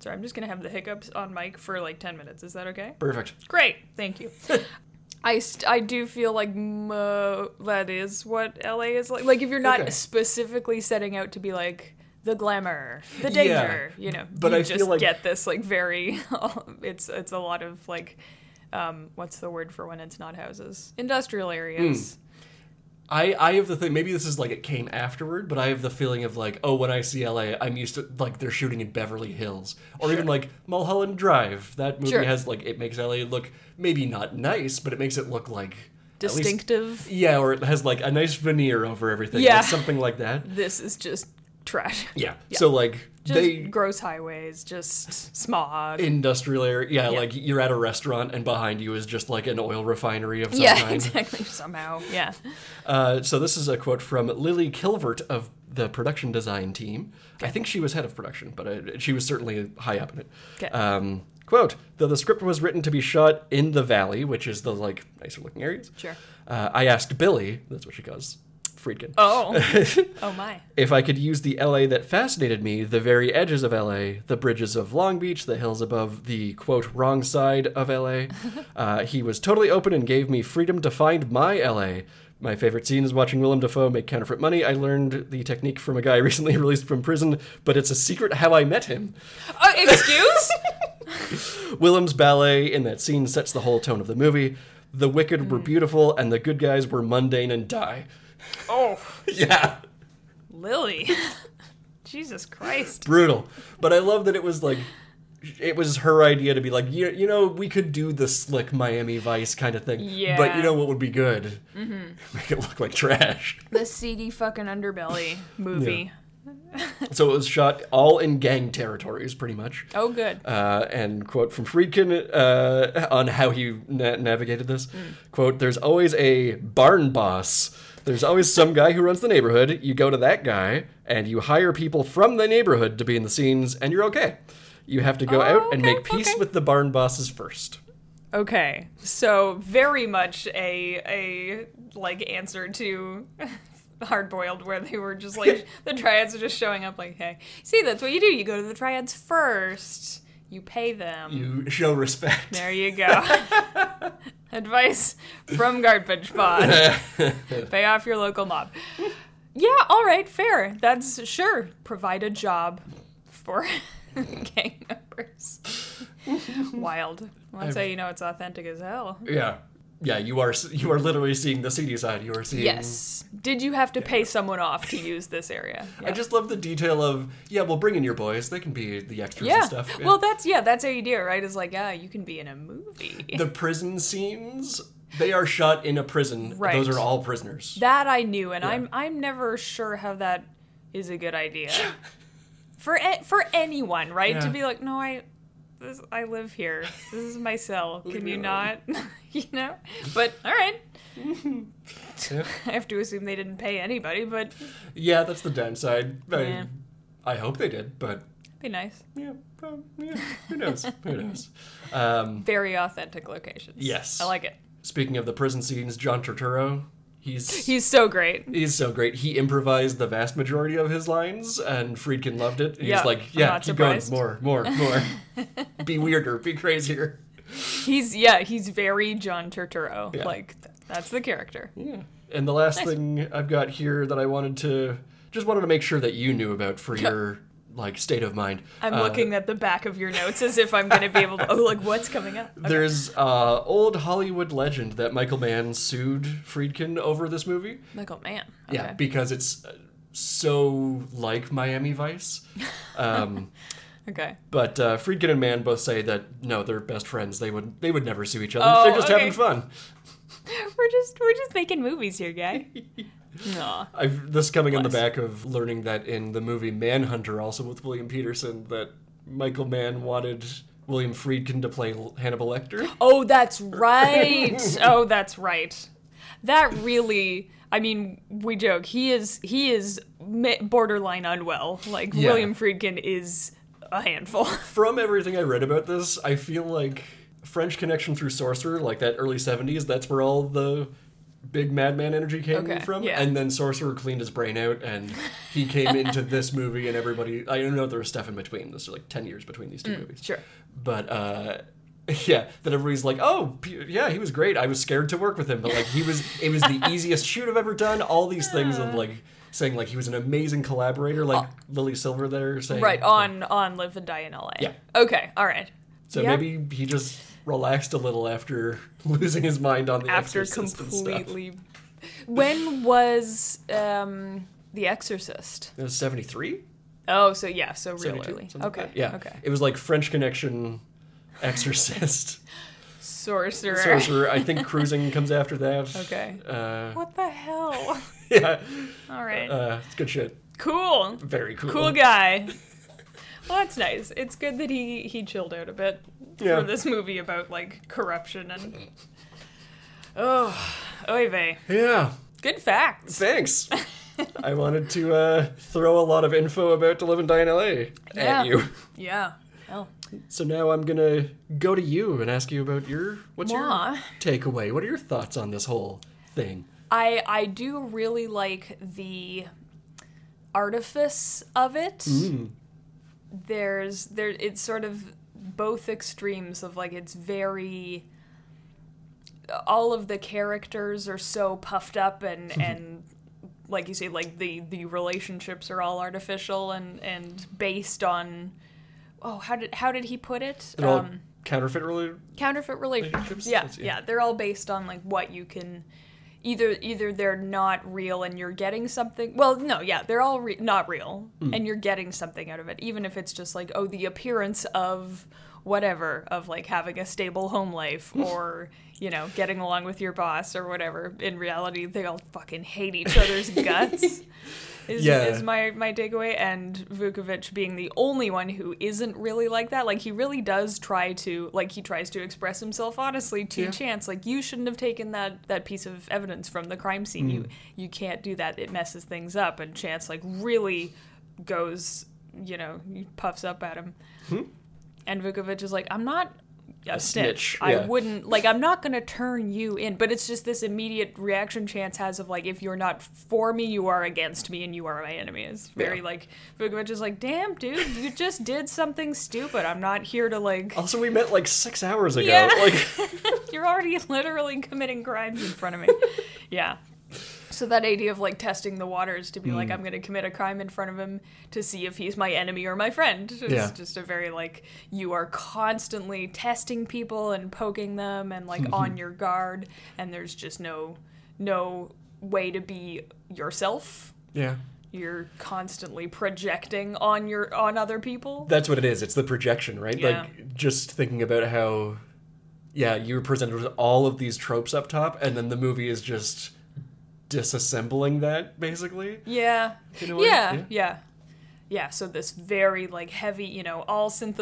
B: Sorry, I'm just gonna have the hiccups on mic for like ten minutes. Is that okay?
A: Perfect.
B: Great, thank you. I, st- I do feel like mo- that is what LA is like. Like if you're not
A: Okay.
B: specifically setting out to be like the glamour, the danger, you know,
A: but
B: you
A: I feel
B: just
A: like-
B: get this like very. it's it's a lot of like, um, what's the word for when it's not houses? Industrial areas.
A: Hmm. I I have the thing. Maybe this is like it came afterward, but I have the feeling of like, oh, when I see LA, I'm used to like they're shooting in Beverly Hills or even like Mulholland Drive. That movie
B: Sure.
A: has like it makes LA look maybe not nice, but it makes it look like at least-
B: Distinctive.
A: yeah, or it has like a nice veneer over everything.
B: Yeah.
A: Yeah, something like that.
B: This is just trash.
A: Yeah.
B: Yeah.
A: So like
B: Just
A: they
B: gross highways, just smog.
A: industrial area. Yeah,
B: Yeah.
A: like you're at a restaurant and behind you is just like an oil refinery of some
B: yeah,
A: kind.
B: exactly. Somehow, yeah.
A: Uh, so this is a quote from Lily Kilvert of the production design team. I think she was head of production, but uh she was certainly high up in it.
B: Okay.
A: Um, quote: Though the script was written to be shot in the valley, which is the like nicer looking areas.
B: Sure.
A: Uh, I asked Billy. That's what she calls Friedkin.
B: Oh, oh my.
A: If I could use the LA that fascinated me, the very edges of LA, the bridges of Long Beach, the hills above the quote wrong side of LA, uh, he was totally open and gave me freedom to find my LA. My favorite scene is watching Willem Dafoe make counterfeit money. I learned the technique from a guy recently released from prison, but it's a secret how I met him.
B: Uh, excuse?
A: Willem's ballet in that scene sets the whole tone of the movie. The wicked were beautiful, and the good guys were mundane and die.
B: oh,
A: Yeah.
B: Lily. Jesus Christ.
A: brutal. But I love that it was like it was her idea to be like you, you know we could do the slick Miami Vice kind of thing. But
B: Yeah.
A: you know what would be good? Make it look like trash.
B: The seedy fucking underbelly movie.
A: so it was shot all in gang territories, pretty much.
B: Oh, good.
A: Uh, and quote from Friedkin uh, on how he na- navigated this
B: Mm.
A: quote: "There's always a barn boss. There's always some guy who runs the neighborhood. You go to that guy, and you hire people from the neighborhood to be in the scenes, and you're okay. You have to go
B: Oh,
A: out and
B: okay,
A: make peace
B: okay.
A: with the barn bosses first.
B: Okay, so very much a a like answer to hard boiled, where they were just like the triads are just showing up like, hey, see, that's what you do. You go to the triads first. You pay them.
A: You show respect.
B: There you go. Advice from Garbage Pod. Pay off your local mob. Yeah, all right, fair. That's sure. Provide a job for gang members. Wild. Well, That's how you know it's authentic as hell.
A: yeah, yeah. You are s- you are literally seeing the seedy side. You are seeing
B: Yes. Did you have to pay someone off to use this area?
A: I just love the detail of yeah. Well, bring in your boys. They can be the extras
B: yeah.
A: and stuff.
B: Well, that's yeah. That's how you do it, right? Is like, yeah, you can be in a movie.
A: the prison scenes they are shot in a prison
B: Right.
A: those are all prisoners
B: That I knew, and I'm I'm never sure how that is a good idea for a- for anyone, right? To
A: Yeah.
B: be like, no, I this, I live here. This is my cell. Can
A: me
B: you
A: alone.
B: not? you know. But all right,
A: yeah.
B: I have to assume they didn't pay anybody, but
A: Yeah, that's the downside I,
B: Yeah.
A: I hope they did but
B: be nice.
A: yeah, um, yeah who knows who knows um,
B: Very authentic locations.
A: Yes.
B: I like it.
A: speaking of the prison scenes john turturro he's
B: He's so great.
A: He's so great. He improvised the vast majority of his lines, and Friedkin loved it. He's
B: Yeah,
A: like,
B: I'm
A: "Yeah,
B: not
A: keep
B: surprised.
A: going, more, more, more. be weirder, be crazier."
B: He's yeah. He's very John Turturro.
A: Yeah.
B: Like th- that's the character.
A: Yeah. And the last
B: Nice.
A: thing I've got here that I wanted to just wanted to make sure that you knew about for your like state of mind.
B: I'm
A: Uh,
B: looking at the back of your notes as if I'm going to be able to. Oh, like what's coming up?
A: There's uh, old Hollywood legend that Michael Mann sued Friedkin over this movie.
B: Michael Mann.
A: Yeah, because it's uh, so like Miami Vice. Um,
B: Okay.
A: but uh, Friedkin and Mann both say that no, they're best friends. They would they would never sue each other.
B: Oh,
A: They're just
B: okay.
A: having fun.
B: We're just we're just making movies here, guy. Aw.
A: I've, this coming on the
B: Bless.
A: back of learning that in the movie Manhunter, also with William Peterson, that Michael Mann wanted William Friedkin to play L- Hannibal Lecter.
B: Oh, that's right. oh, that's right. That really I mean, we joke. He is he is ma- borderline unwell. Like
A: Yeah.
B: William Friedkin is a handful.
A: From everything I read about this, I feel like French Connection through Sorcerer, like that early 70s, that's where all the big madman energy came
B: Okay,
A: from.
B: yeah.
A: And then Sorcerer cleaned his brain out and he came into this movie and everybody. I don't know if there was stuff in between. This is like 10 years between these two movies.
B: Mm, Sure.
A: But, uh,. Yeah, that everybody's like, oh, p- yeah, he was great. I was scared to work with him, but like he was, it was the easiest shoot I've ever done. All these things of like saying like he was an amazing collaborator, like Lily Silver there saying
B: Uh, Right on on Live and Die in L.A.
A: Yeah.
B: Okay. All right.
A: So
B: Yeah.
A: maybe he just relaxed a little after losing his mind on the
B: After
A: Exorcist and stuff.
B: completely. When was um, The Exorcist?
A: It was seventy three.
B: Oh, so yeah, so really.
A: 72,
B: early.
A: uh, something like
B: Okay.
A: that. yeah.
B: Okay.
A: It was like French Connection, Exorcist,
B: Sorcerer.
A: Sorcerer. I think Cruising comes after that.
B: Okay.
A: Uh,
B: What the hell?
A: yeah,
B: All right.
A: uh, it's good shit.
B: cool.
A: Very cool.
B: Cool guy. Well, that's nice. It's good that he he chilled out a bit
A: Yeah.
B: for this movie about like corruption and oh, oy vey.
A: Yeah.
B: Good facts.
A: Thanks. I wanted to uh, throw a lot of info about to live and die in L.A.
B: Yeah.
A: at you.
B: Yeah. Hell.
A: So now I'm gonna go to you and ask you about your what's
B: Moi.
A: your takeaway? What are your thoughts on this whole thing?
B: I I do really like the artifice of it. There's there it's sort of both extremes of like it's very all of the characters are so puffed up and and like you say like the the relationships are all artificial and and based on oh how did how did he put it Um,
A: They're all counterfeit related.
B: counterfeit relationships.
A: Relationships?
B: Yeah,
A: That's-
B: yeah,
A: yeah.
B: They're all based on like what you can. Either either they're not real and you're getting something. Well, no, yeah, they're all re- not real
A: Hmm.
B: and you're getting something out of it, even if it's just like oh the appearance of whatever of like having a stable home life
A: Hmm.
B: or you know getting along with your boss or whatever in reality they all fucking hate each other's guts is,
A: Yeah.
B: is my, my takeaway and Vukovic being the only one who isn't really like that like he really does try to like he tries to express himself honestly to
A: Yeah.
B: chance like you shouldn't have taken that that piece of evidence from the crime scene you
A: Mm-hmm.
B: you can't do that it messes things up and chance like really goes you know he puffs up at him
A: Hmm?
B: and Vukovic is like I'm not a,
A: snitch,
B: snitch, I
A: yeah.
B: wouldn't like I'm not going to turn you in but it's just this immediate reaction chance has of like if you're not for me you are against me and you are my enemy it's very
A: Yeah.
B: like Vukovic is like damn dude you just did something stupid I'm not here to like
A: Also, we met like six hours ago.
B: Yeah.
A: Like,
B: You're already literally committing crimes in front of me. yeah. So that idea of like testing the waters to be like, I'm going to commit a crime in front of him to see if he's my enemy or my friend. It's
A: Yeah.
B: just a very like, you are constantly testing people and poking them and like on your guard, and there's just no, no way to be yourself.
A: yeah,
B: You're constantly projecting on your on other people.
A: that's what it is. It's the projection, right?
B: Yeah.
A: Like, just thinking about how, yeah, you were presented with all of these tropes up top, and then the movie is just disassembling that basically.
B: Yeah.
A: In a way,
B: yeah, yeah.
A: yeah.
B: Yeah. So this very like heavy, you know, all synthesizer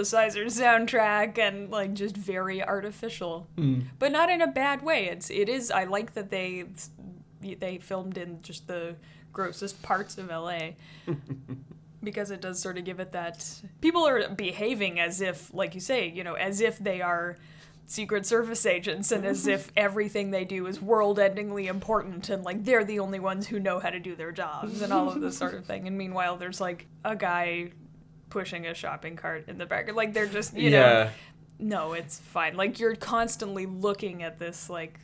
B: soundtrack and like just very artificial.
A: Mm.
B: But not in a bad way. It's it is I like that they they filmed in just the grossest parts of LA. because it does sort of give it that people are behaving as if like you say, you know, as if they are secret service agents and as if everything they do is world-endingly important and like they're the only ones who know how to do their jobs and all of this sort of thing and meanwhile there's like a guy pushing a shopping cart in the back like they're just you know
A: yeah,
B: no it's fine like you're constantly looking at this like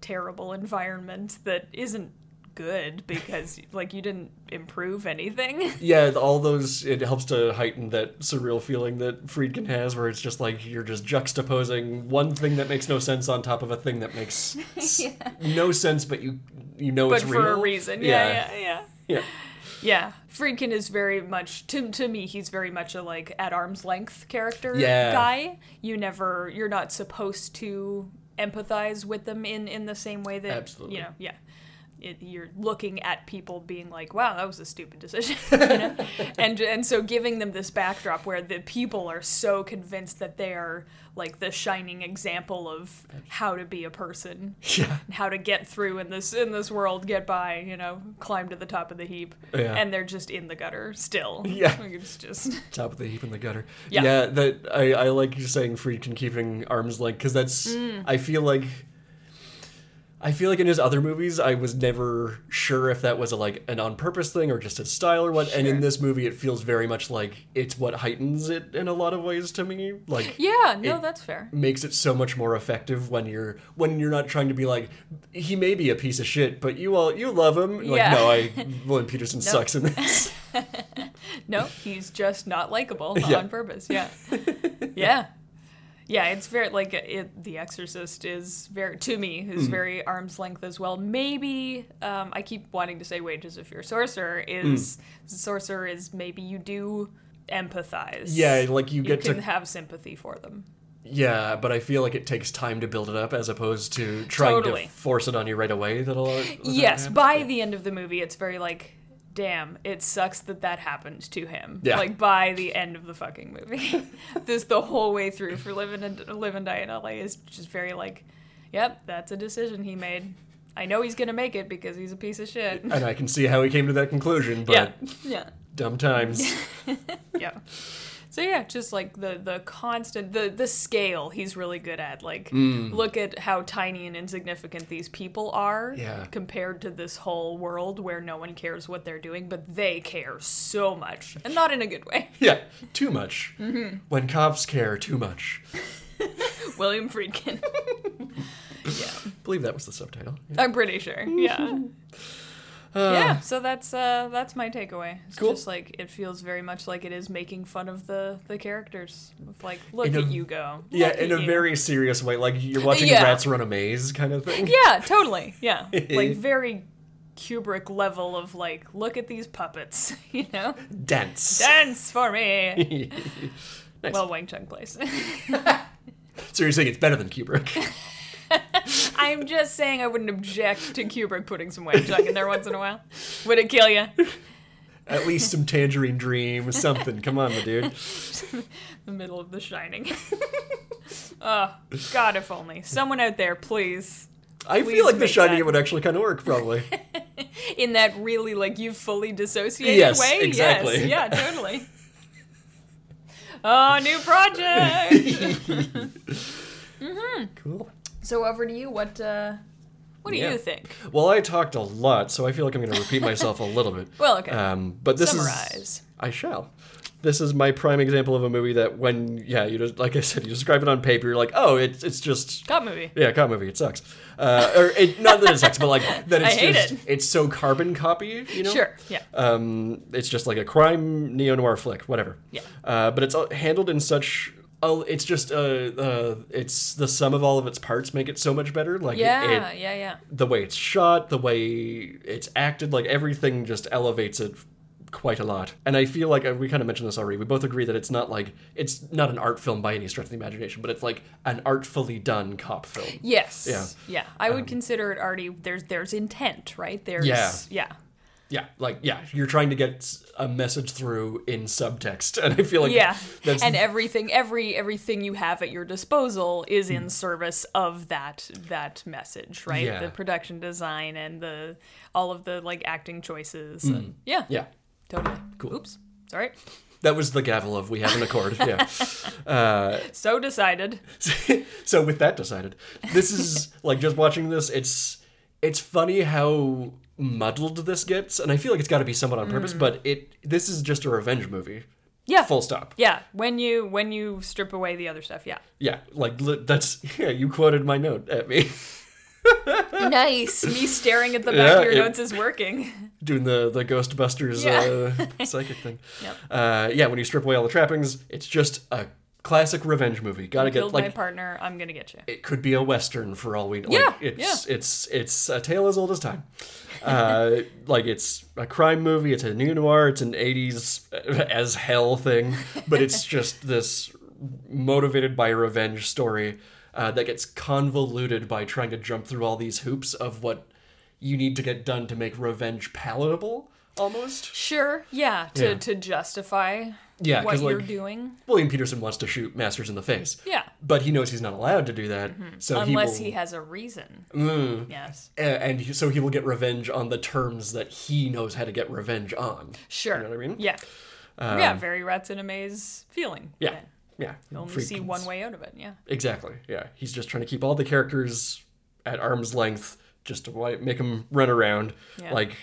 B: terrible environment that isn't good because like you didn't improve anything
A: yeah. th- All those it helps to heighten that surreal feeling that Friedkin has, where it's just like you're just juxtaposing one thing that makes no sense on top of a thing that makes s- no sense, but you you know
B: but
A: it's
B: for
A: real
B: a reason yeah yeah, yeah.
A: yeah.
B: Yeah, Friedkin is very much to to me. He's very much a like at arm's length character
A: Yeah.
B: guy. You never, you're not supposed to empathize with them in in the same way that
A: Absolutely.
B: you know. Yeah, it, you're looking at people being like, "Wow, that was a stupid decision," you know? and and so giving them this backdrop where the people are so convinced that they are like the shining example of how to be a person,
A: Yeah.
B: and how to get through in this in this world, get by, you know, climb to the top of the heap,
A: Yeah.
B: and they're just in the gutter still.
A: Yeah.
B: Like, it's just
A: Top of the heap in the gutter.
B: Yeah.
A: that I, I like you saying Friedkin keeping arms length because that's
B: Mm.
A: I feel like I feel like in his other movies I was never sure if that was a, like an on purpose thing or just his style or what. And in
B: Sure.
A: this movie it feels very much like it's what heightens it in a lot of ways to me. Like
B: yeah. No,
A: It-
B: that's fair.
A: makes it so much more effective when you're when you're not trying to be like he may be a piece of shit but you all you love him like
B: Yeah.
A: no i william peterson sucks in this
B: No, he's just not likable
A: Yeah.
B: on purpose. Yeah. yeah. Yeah, it's very like it, The Exorcist is very to me
A: Mm.
B: is very arm's length as well. Maybe um, I keep wanting to say wages if you're a sorcerer is
A: Mm.
B: sorcerer is maybe you do empathize.
A: yeah like you
B: you,
A: get
B: can
A: to
B: have sympathy for them.
A: yeah but i feel like it takes time to build it up as opposed to trying
B: Totally.
A: to force it on you right away that'll that'll
B: yes,
A: happen.
B: by the end of the movie, it's very like, damn, it sucks that that happened to him.
A: Yeah.
B: Like by the end of the fucking movie, this the whole way through for living and live and die in LA is just very like, yep, that's a decision he made. I know he's gonna make it because he's a piece of shit.
A: and i can see how he came to that conclusion but
B: Yeah, yeah,
A: dumb times
B: yeah. So yeah, just like the the constant the the scale he's really good at. Like
A: Mm.
B: look at how tiny and insignificant these people are
A: Yeah.
B: compared to this whole world where no one cares what they're doing, but they care so much. And not in a good way.
A: yeah too much
B: Mm-hmm.
A: when cops care too much
B: William Friedkin. yeah.
A: I believe that was the subtitle yeah. Mm-hmm.
B: I'm pretty sure. Yeah.
A: Uh,
B: yeah, so that's uh that's my takeaway. It's
A: Cool.
B: just like it feels very much like it is making fun of the the characters. Of like, look
A: In a-
B: at you go.
A: yeah,
B: Look
A: in
B: at
A: a
B: you.
A: very serious way, like you're watching
B: Yeah.
A: rats run a maze kind of thing.
B: Yeah, totally. Yeah. like very Kubrick level of like, look at these puppets, you know?
A: Dense.
B: Dance for me.
A: Nice.
B: Well, Wang Chung plays.
A: so you're saying it's better than Kubrick?
B: I'm just saying I wouldn't object to Kubrick putting some Wang Chung in there once in a while. Would it kill you?
A: At least some Tangerine Dream, something. Come on, my dude.
B: The middle of The Shining. oh, God, if only. Someone out there, please.
A: I
B: Please
A: feel like The
B: make
A: Shining
B: that.
A: would actually kind of work, probably.
B: In that really, like, you fully dissociated
A: Yes,
B: way?
A: exactly.
B: Yes, yeah, totally. oh, new project! Mm-hmm.
A: cool.
B: So over to you. What uh, what do
A: Yeah.
B: you think?
A: Well, I talked a lot, so I feel like I'm going to repeat myself a little bit.
B: Well, okay.
A: Um, but this is
B: Summarize.
A: I shall. This is my prime example of a movie that when yeah, you just like I said, you describe it on paper, you're like, oh, it's it's just
B: Cop movie.
A: Yeah, cop movie. It sucks. Uh, or it, not that it sucks, but like that
B: I
A: it's
B: hate
A: just
B: it.
A: it's so carbon copy. You know,
B: Sure. Yeah.
A: Um, it's just like a crime neo noir flick, whatever.
B: Yeah.
A: Uh, but it's all- handled in such. Oh, it's just uh, uh, it's the sum of all of its parts make it so much better. Like it-
B: Yeah,
A: it,
B: yeah, yeah.
A: the way it's shot, the way it's acted, like everything just elevates it quite a lot. And I feel like uh, we kind of mentioned this already. We both agree that it's not like it's not an art film by any stretch of the imagination, but it's like an artfully done cop film.
B: Yes.
A: Yeah. Um,
B: Yeah. I would consider it already there's there's intent, right? There's
A: Yeah.
B: yeah.
A: Yeah, like yeah, you're trying to get s- a message through in subtext, and I feel like
B: yeah.
A: that's
B: and everything every everything you have at your disposal is in service of that that message, right?
A: Hmm. Yeah.
B: The production design and the all of the like acting choices. and- yeah.
A: Hmm. yeah.
B: Totally.
A: Cool.
B: Oops. Sorry.
A: That was the gavel of we have an accord. Yeah. Uh,
B: So decided.
A: so with that decided, this is like just watching this. It's it's funny how muddled this gets, and I feel like it's got to be somewhat on purpose. But it this is just a revenge movie.
B: Mm. Yeah.
A: Full stop.
B: Yeah. When you when you strip away the other stuff, yeah.
A: Yeah. Like li- that's yeah. You quoted my note at me
B: Nice. Me staring at the back
A: Yeah,
B: of your
A: it-
B: notes is working.
A: doing the the Ghostbusters
B: Yeah.
A: uh, psychic thing.
B: Yep.
A: Uh, yeah. When you strip away all the trappings, it's just a classic revenge movie. Got to get
B: Killed my
A: like
B: partner. I'm gonna get you.
A: it could be a western for all we know.
B: Yeah,
A: like, it's it's it's a tale as old as time. Uh, like it's a crime movie. It's a new noir. It's an '80s as hell thing, but it's just this motivated by revenge story uh, that gets convoluted by trying to jump through all these hoops of what you need to get done to make revenge palatable almost.
B: Sure. Yeah. To
A: Yeah.
B: to justify
A: Yeah,
B: what
A: because
B: you're
A: like
B: doing.
A: William Peterson wants to shoot Masters in the face.
B: Yeah. Mm-hmm.
A: But he knows he's not allowed to do that, so
B: Unless
A: he
B: he
A: will, Mm.
B: has a reason. Yes.
A: a- and he, so he will get revenge on the terms that he knows how to get revenge on.
B: Sure.
A: know what I mean? Um,
B: Yeah. yeah. Very rats in a maze feeling.
A: Yeah,
B: then.
A: yeah.
B: You only see
A: Friedkin's-
B: one way out of it. Yeah.
A: Exactly. Yeah, he's just trying to keep all the characters at arm's length, just to like, make them run around.
B: Yeah.
A: Like,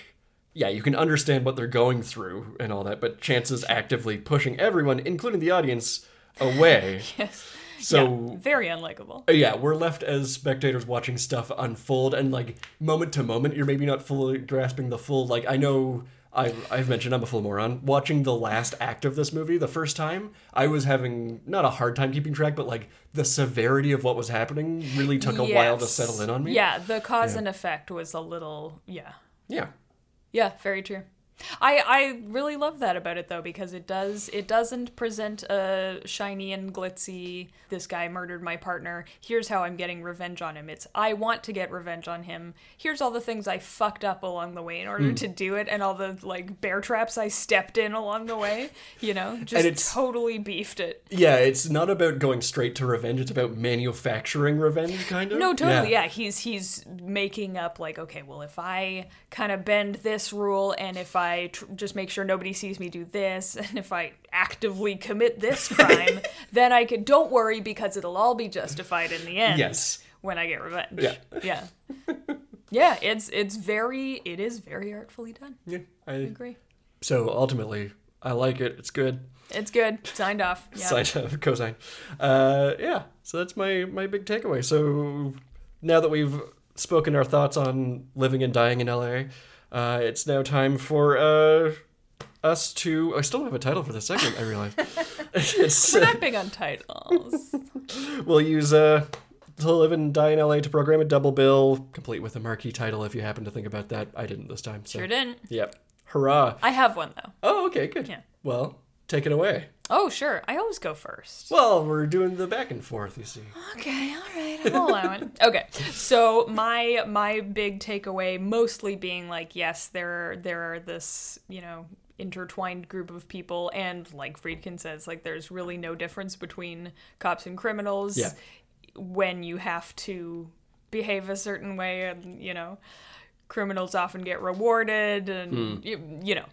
A: yeah, you can understand what they're going through and all that, but chances actively pushing everyone, including the audience, away.
B: Yes. yeah.
A: So.
B: Very unlikable.
A: uh, Yeah. we're left as spectators watching stuff unfold, and like moment to moment, you're maybe not fully grasping the full. Like, I know I've, I've mentioned I'm a full moron. Watching the last act of this movie the first time, I was having not a hard time keeping track, but like the severity of what was happening really took a while to
B: Yes.
A: settle in on me.
B: Yeah. The cause and effect was a little. Yeah.
A: Yeah.
B: Yeah, very true. I I really love that about it though because it does it doesn't present a shiny and glitzy this guy murdered my partner. Here's how I'm getting revenge on him. It's I want to get revenge on him. Here's all the things I fucked up along the way in order to do it and all the like bear traps I stepped in along the way, you know? Just
A: it's-
B: totally beefed it.
A: Yeah, it's not about going straight to revenge, it's about manufacturing revenge, kind of.
B: No, totally. Yeah. he's he's making up like, okay, well, if I kind of bend this rule, and if I tr- just make sure nobody sees me do this, and if I actively commit this crime, then I could. Don't worry, because it'll all be justified in the end.
A: Yes.
B: when I get revenge.
A: Yeah.
B: yeah, yeah. It's it's very it is very artfully done.
A: Yeah.
B: I
A: I,
B: agree.
A: so ultimately, I like it. It's good.
B: It's good. Signed off. Yeah.
A: sine of cosine. Uh, yeah, so that's my my big takeaway. So now that we've spoken our thoughts on living and dying in LA, uh, it's now time for uh, us to. I still don't have a title for the segment. I realize. it's,
B: We're
A: uh,
B: not big on titles.
A: we'll use uh, to live and die in LA to program a double bill, complete with a marquee title. If you happen to think about that, I didn't this time. So
B: sure didn't.
A: yep, hurrah!
B: I have one though.
A: Oh, okay, good.
B: Yeah.
A: Well, take it away.
B: Oh, sure. I always go first.
A: Well, we're doing the back and forth. You see.
B: Okay, all right, I'll allow it. Okay, so my my big takeaway mostly being like, yes, there there are this you know intertwined group of people, and like Friedkin says, like there's really no difference between cops and criminals
A: Yeah.
B: when you have to behave a certain way, and you know, criminals often get rewarded, and you, you know.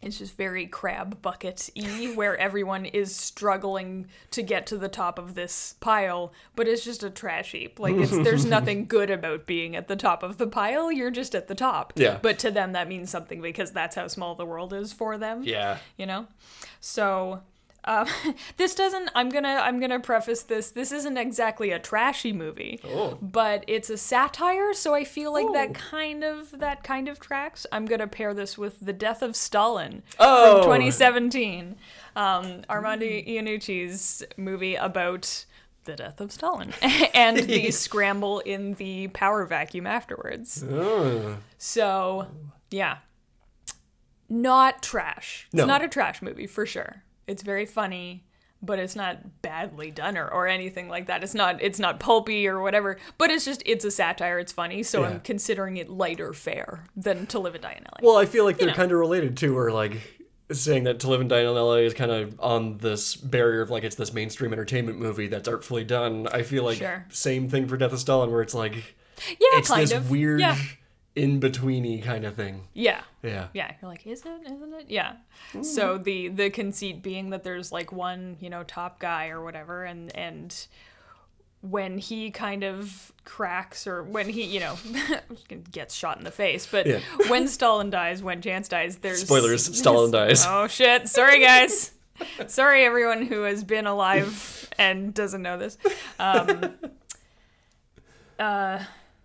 B: It's just very crab bucket y, where everyone is struggling to get to the top of this pile, but it's just a trash heap. Like it's, there's nothing good about being at the top of the pile. You're just at the top.
A: Yeah.
B: But to them, that means something because that's how small the world is for them
A: Yeah.
B: you know so um, this doesn't i'm gonna i'm gonna preface this this isn't exactly a trashy movie
A: Oh.
B: but it's a satire so i feel like
A: Oh.
B: that kind of that kind of tracks i'm gonna pair this with the death of stalin
A: Oh.
B: from 2017 um, armando iannucci's movie about the death of stalin and the scramble in the power vacuum afterwards
A: Oh.
B: so, yeah. Not trash. It's
A: No.
B: not a trash movie for sure. It's very funny, but it's not badly done or, or anything like that. It's not it's not pulpy or whatever, but it's just it's a satire, it's funny, so
A: Yeah.
B: I'm considering it lighter fare than To Live and Die in LA.
A: Well, I feel like they're
B: know.
A: kind of related too, or like saying that To Live and Die in LA is kind of on this barrier of like it's this mainstream entertainment movie that's artfully done. I feel like
B: Sure.
A: same thing for Death of Stalin, where it's like
B: yeah,
A: it's
B: kind
A: this
B: of.
A: weird
B: Yeah.
A: in betweeny kind of thing.
B: Yeah.
A: Yeah. Mm-hmm.
B: Yeah, you're like, is it? Isn't it? Yeah. So the the conceit being that there's like one, you know, top guy or whatever, and and when he kind of cracks or when he, you know, gets shot in the face, but
A: Yeah.
B: when Stalin dies, when Chance dies, there's
A: Spoilers: Stalin dies.
B: Oh shit! Sorry guys. Sorry everyone who has been alive and doesn't know this.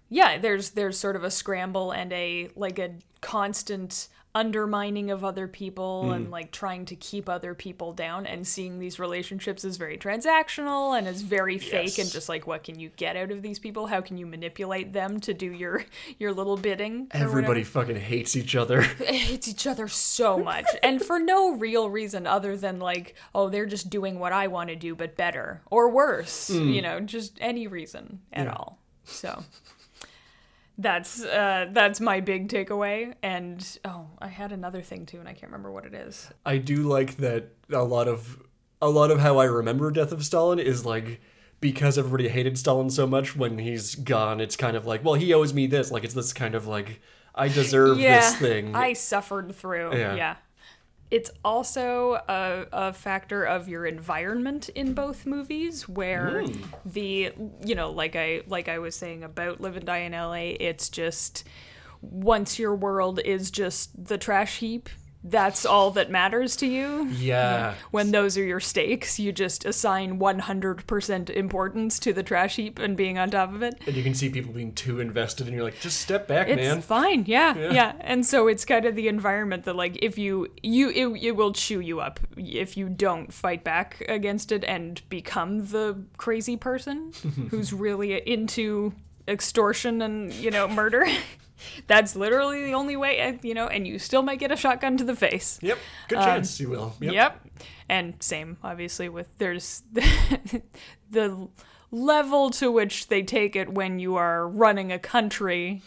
B: yeah, there's there's sort of a scramble and a like a constant undermining of other
A: Hmm.
B: people and like trying to keep other people down and seeing these relationships is very transactional and is very fake and
A: Yes.
B: just like what can you get out of these people? How can you manipulate them to do your your little bidding? or whatever?
A: Everybody fucking hates each other.
B: hates each other so much and for no real reason other than like oh they're just doing what i want to do but better or worse you know just any reason at all so That's uh, that's my big takeaway. And oh, I had another thing too, and I can't remember what it is.
A: I do like that a lot of a lot of how I remember Death of Stalin is like because everybody hated Stalin so much when he's gone, it's kind of like, well, he owes me this. Like it's this kind of like I deserve this thing.
B: I suffered through.
A: Yeah.
B: Yeah. It's also a, a factor of your environment in both movies where
A: Hmm.
B: the you know, like I like I was saying about Live and Die in LA, it's just once your world is just the trash heap, that's all that matters to you.
A: yeah.
B: When those are your stakes, you just assign 100% importance to the trash heap and being on top of it.
A: And you can see people being too invested and you're like, just step back,
B: It's
A: man.
B: fine, yeah,
A: Yeah.
B: yeah, And so it's kind of the environment that, like, if you you it, it will chew you up if you don't fight back against it and become the crazy person who's really into extortion and you know murder. That's literally the only way, and, you know. And you still might get a shotgun to the face.
A: Yep. Good
B: um,
A: chance you will. Yep.
B: Yep. And same, obviously, with there's the level to which they take it when you are running a country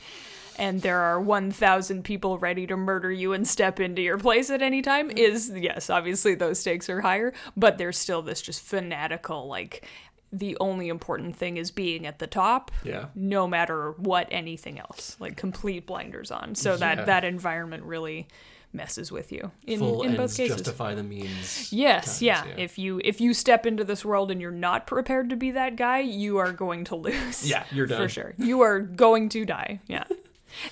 B: and there are 1,000 people ready to murder you and step into your place at any time
A: Mm-hmm.
B: is, yes, obviously those stakes are higher, but there's still this just fanatical, like, the only important thing is being at the top
A: Yeah.
B: no matter what anything else like complete blinders on so
A: Yeah.
B: that that environment really messes with you in,
A: Full
B: in
A: ends
B: both cases
A: justify the means.
B: yes
A: times,
B: yeah.
A: yeah.
B: if you if you step into this world and you're not prepared to be that guy you are going to lose
A: Yeah, you're done.
B: for sure you are going to die yeah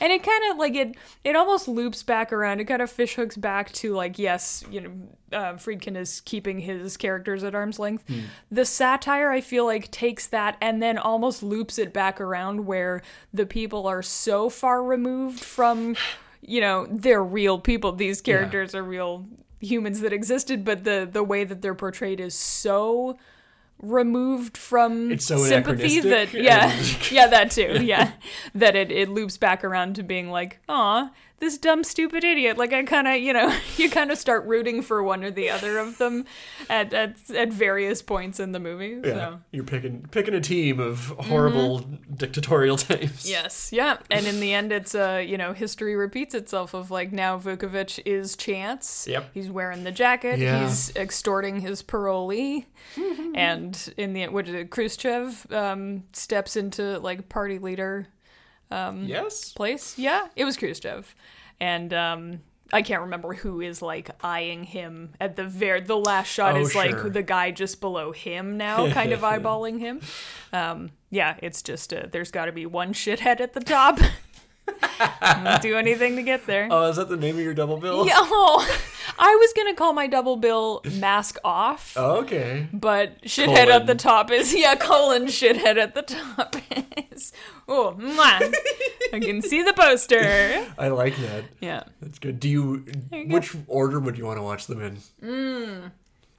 B: and it kind of like it it almost loops back around it kind of fish hooks back to like yes you know uh, friedkin is keeping his characters at arm's length
A: Hmm.
B: the satire i feel like takes that and then almost loops it back around where the people are so far removed from you know they're real people these characters are real humans that existed but the the way that they're portrayed is so removed from
A: It's so
B: sympathy
A: anachronistic
B: that yeah yeah that too yeah that it, it loops back around to being like aw this dumb stupid idiot like i kind of you know you kind of start rooting for one or the other of them at at, at various points in the movie
A: Yeah.
B: so
A: You're picking picking a team of horrible dictatorial types.
B: Yes, yeah. And in the end, it's, uh, you know, history repeats itself of like now Vukovic is Chance.
A: Yep.
B: He's wearing the jacket.
A: Yeah.
B: He's extorting his parolee. and in the what is it, Khrushchev um, steps into like party leader
A: Yes.
B: place. Yeah, it was Khrushchev. And, um, I can't remember who is like eyeing him at the very the last shot
A: Oh,
B: is
A: sure.
B: like the guy just below him now kind of eyeballing him. Um, yeah, it's just uh there's got to be one shithead at the top. Won't do anything to get there.
A: Oh, is that the name of your double bill?
B: Yo, I was gonna call my double bill mask off,
A: Okay.
B: but shithead
A: Oh. Colon.
B: at the top is yeah colon shithead at the top is oh mwah. I can see the poster.
A: I like that.
B: Yeah.
A: That's good. Do you,
B: you go.
A: which order would you want to watch them in? Mm.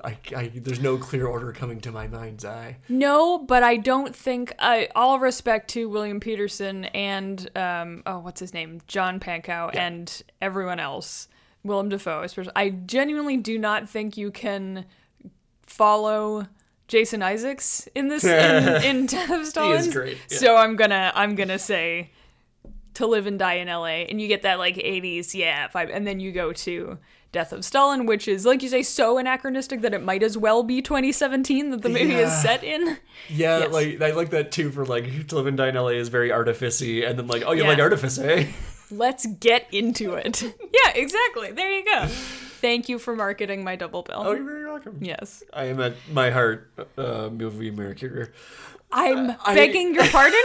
A: I, I, there's no clear order coming to my mind's eye.
B: No, but I don't think. I all respect to William Peterson and um, oh, what's his name, John Pankow, and everyone else, Willem Dafoe, especially. I genuinely do not think you can follow Jason Isaacs in this in, in Death of Stalin.
A: great, yeah.
B: So I'm gonna I'm gonna say to live and die in LA, and you get that like 80s, yeah, vibe. And then you go to Death of Stalin, which is, like you say, so anachronistic that it might as well be 2017 that the movie
A: Yeah.
B: is set in.
A: Yeah,
B: Yes.
A: like I like that too. For like to live and die in LA is very artificey, and then like oh you
B: Yeah.
A: like artifice, eh?
B: Let's get into it. yeah, exactly. There you go. Thank you for marketing my double bill.
A: Oh, you're very welcome.
B: Yes.
A: I am at my heart uh, movie mercury.
B: I'm
A: Uh, I-
B: begging your pardon.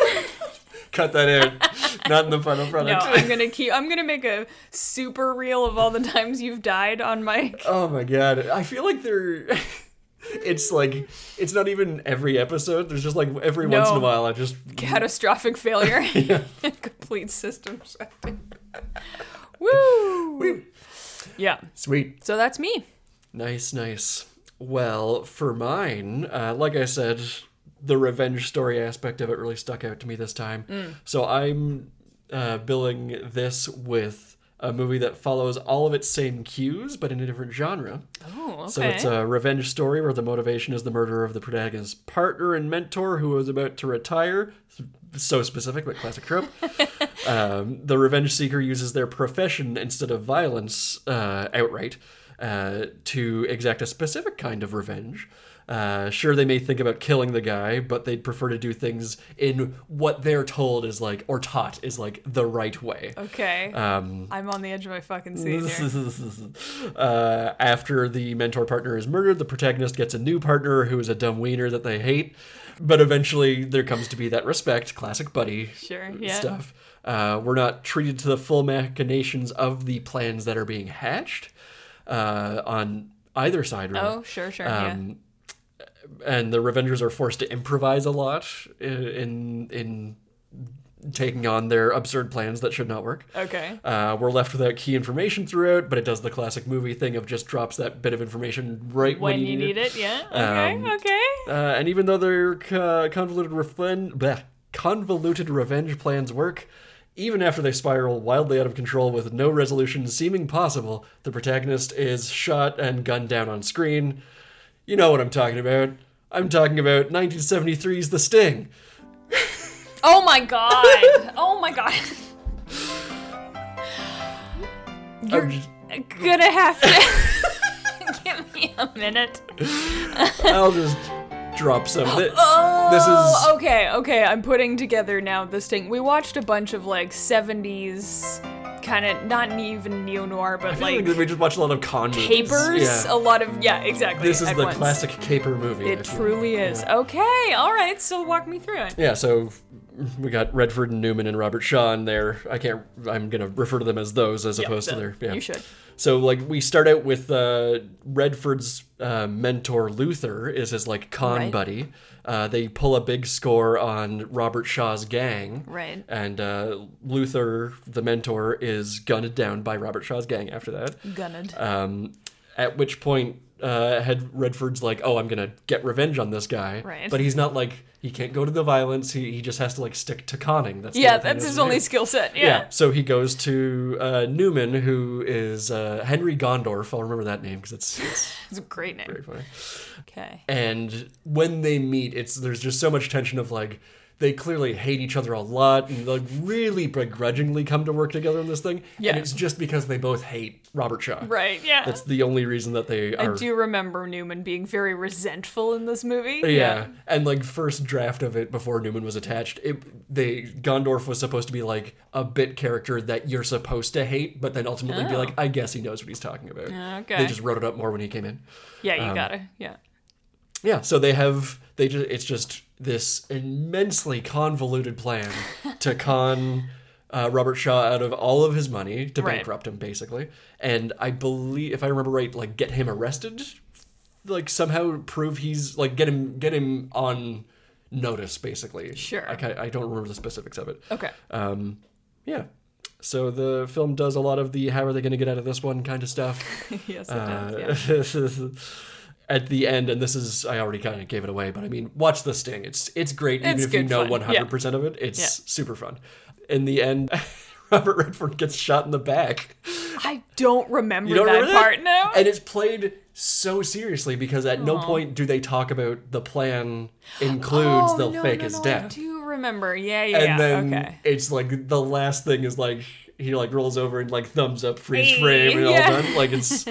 A: Cut that in, not in the final
B: no,
A: product.
B: I'm gonna keep. I'm gonna make a super reel of all the times you've died on my.
A: Oh my god. I feel like they're it's like it's not even every episode. There's just like every once in a
B: No.
A: while I just
B: catastrophic failure complete system shutdown woo yeah
A: Sweet.
B: so that's me
A: Nice, nice. Well, for mine, uh, like I said, the revenge story aspect of it really stuck out to me this time. So I'm uh, billing this with a movie that follows all of its same cues, but in a different genre.
B: oh okay
A: So it's a revenge story where the motivation is the murder of the protagonist's partner and mentor who is about to retire. So specific, but classic trope. Um, the revenge seeker uses their profession instead of violence uh, outright uh, to exact a specific kind of revenge. Uh, sure, they may think about killing the guy, but they'd prefer to do things in what they're told is like, or taught is like, the right way.
B: Okay.
A: uh, Um,
B: I'm on the edge of my fucking seat here.
A: uh, after the mentor partner is murdered, the protagonist gets a new partner who is a dumb wiener that they hate. But eventually, there comes to be that respect, classic buddy
B: Sure, yeah.
A: stuff. Uh, we're not treated to the full machinations of the plans that are being hatched uh, on either side. Really.
B: Oh, sure, sure.
A: Um, and the Revengers are forced to improvise a lot i- in in taking on their absurd plans that should not work.
B: yeah. Okay.
A: Uh, we're left without key information throughout, but it does the classic movie thing of just drops that bit of information right when,
B: When you need it, yeah. Okay,
A: Um,
B: okay.
A: Uh, and even though their uh, convoluted, refen- bleh, convoluted revenge plans work, even after they spiral wildly out of control with no resolution seeming possible, the protagonist is shot and gunned down on screen. You know what I'm talking about. I'm talking about 1973's The Sting.
B: Oh my god. oh my god.
A: I'm just-
B: Gonna have to give me a minute.
A: I'll just drop some of it. This is
B: Oh, okay, okay. I'm putting together now this thing. We watched a bunch of like 70s kind of not even neo noir, but
A: like,
B: like
A: we just watch a lot of con movies.
B: capers.
A: Yeah.
B: A lot of yeah, exactly.
A: This is
B: at
A: the
B: once.
A: classic caper movie.
B: It
A: if you-
B: truly is. Okay, all right. So walk me through it.
A: Yeah, so we got Redford and Newman and Robert Shaw in there. I can't. I'm gonna refer to them as those as opposed to
B: the-
A: their. Yeah.
B: you should.
A: So like we start out with uh, Redford's uh, mentor Luther is his like con
B: Right.
A: buddy. Uh, they pull a big score on Robert Shaw's gang.
B: Right.
A: And uh, Luther, the mentor, is gunned down by Robert Shaw's gang after that.
B: Gunned.
A: Um, at which point, uh, had Redford's like, "Oh, I'm gonna get revenge on this guy,"
B: Right.
A: but he's not like he can't go to the violence. He he just has to like stick to conning. That's the
B: yeah,
A: other thing
B: that's
A: he
B: his
A: doesn't
B: only
A: do.
B: skill set. Yeah.
A: Yeah. so he goes to uh, Newman, who is uh, Henry Gondorf. I'll remember that name because it's, it's
B: It's a great name.
A: very funny.
B: Okay.
A: And when they meet, it's there's just so much tension of like they clearly hate each other a lot and like really begrudgingly come to work together on this thing.
B: Yeah.
A: and it's just because they both hate Robert Shaw.
B: Right. Yeah.
A: That's the only reason that they
B: I
A: are.
B: do remember Newman being very resentful in this movie.
A: Yeah. and like first draft of it before Newman was attached, it they Gondorf was supposed to be like a bit character that you're supposed to hate, but then ultimately be
B: Oh.
A: like, I guess he knows what he's talking about.
B: Okay.
A: They just wrote it up more when he came in.
B: Yeah, you gotta. Yeah.
A: Yeah, so they have they just it's just this immensely convoluted plan to con uh, Robert Shaw out of all of his money to
B: Right.
A: bankrupt him basically, and I believe if I remember right, like get him arrested, like somehow prove he's like get him get him on notice basically.
B: Sure.
A: I, ca- I don't remember the specifics of it.
B: Okay.
A: Um, yeah. So the film does a lot of the how are they going to get out of this one kind of stuff.
B: yes, it does. Yeah.
A: Uh, at the end, and this is I already kind of gave it away, but I mean, watch the sting. It's it's great, even
B: It's
A: if you
B: good
A: know
B: fun,
A: one
B: yeah.
A: hundred percent of it. It's
B: Yeah.
A: super fun. In the end, Robert Redford gets shot in the back.
B: I don't remember
A: You don't
B: that
A: remember that?
B: part now.
A: and it's played so seriously because at no point do they talk about the plan includes
B: oh,
A: they'll
B: no,
A: fake
B: no,
A: his
B: no, I
A: death.
B: do remember. Yeah, yeah.
A: and
B: yeah.
A: then
B: okay.
A: it's like the last thing is like he like rolls over and like thumbs up freeze
B: Hey,
A: frame and
B: yeah.
A: all done. Like it's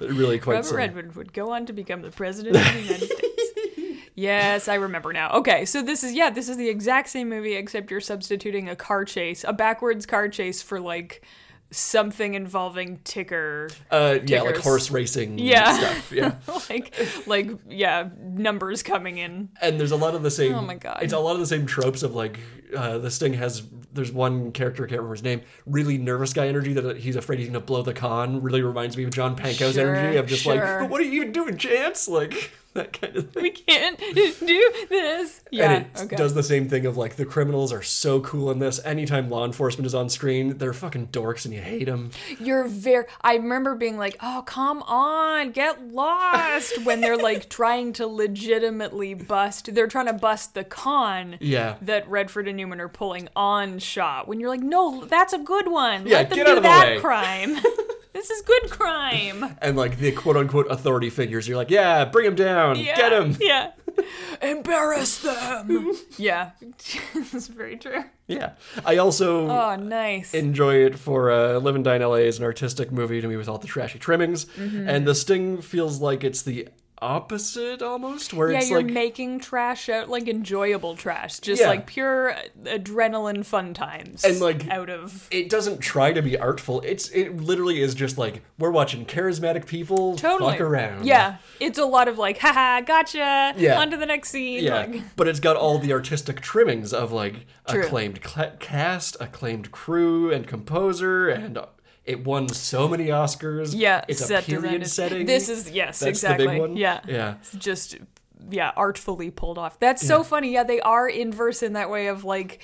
A: really quite
B: Robert
A: silly.
B: Redford would go on to become the president of the United States. Yes, I remember now. Okay, so this is yeah, this is the exact same movie except you're substituting a car chase, a backwards car chase for like something involving ticker,
A: Uh, yeah, like
B: Tickers.
A: horse racing
B: Yeah.
A: stuff. Yeah,
B: like like yeah, numbers coming in.
A: and there's a lot of the same.
B: Oh my God.
A: It's a lot of the same tropes of like uh, this thing has. There's one character I can't remember his name. Really nervous guy energy that uh, he's afraid he's gonna blow the con. Really reminds me of John Panko's
B: Sure,
A: energy of just
B: sure.
A: like, but what are you even doing, Chance? Like that kind of thing.
B: We can't do this. Yeah.
A: and it
B: okay.
A: does the same thing of like the criminals are so cool in this. Anytime law enforcement is on screen, they're fucking dorks and you hate them.
B: You're very. I remember being like, "Oh, come on, get lost!" When they're like trying to legitimately bust, they're trying to bust the con
A: Yeah.
B: that Redford and Newman are pulling on shot. When you're like, "No, that's a good one.
A: Yeah,
B: Let them
A: get
B: do
A: out of the
B: that
A: way."
B: crime. this is good crime."
A: And like the quote unquote authority figures, you're like, yeah, bring him down,
B: Yeah,
A: get him.
B: Yeah. Embarrass them. yeah, that's very true.
A: Yeah. I also
B: Oh, nice.
A: enjoy it for uh, Live and Die in LA is an artistic movie to me with all the trashy trimmings,
B: Mm-hmm.
A: and The Sting feels like it's the opposite almost, where
B: yeah,
A: it's
B: you're
A: like
B: making trash out like enjoyable trash, just
A: Yeah.
B: like pure adrenaline fun times.
A: And, like-
B: out of
A: it doesn't try to be artful. It's it literally is just like we're watching charismatic people
B: totally
A: fuck around.
B: Yeah, it's a lot of like, haha, gotcha.
A: Yeah.
B: on to the next scene.
A: Yeah,
B: like-
A: but it's got all the artistic trimmings of like
B: True.
A: acclaimed cla cast, acclaimed crew, and composer, and it won so many Oscars.
B: yeah.
A: it's a
B: set design
A: period
B: is-
A: setting.
B: This is yes,
A: That's the big
B: exactly.
A: one?
B: Yeah,
A: Yeah.
B: It's just yeah, artfully pulled off. That's so funny. Yeah, they are inverse in that way of like,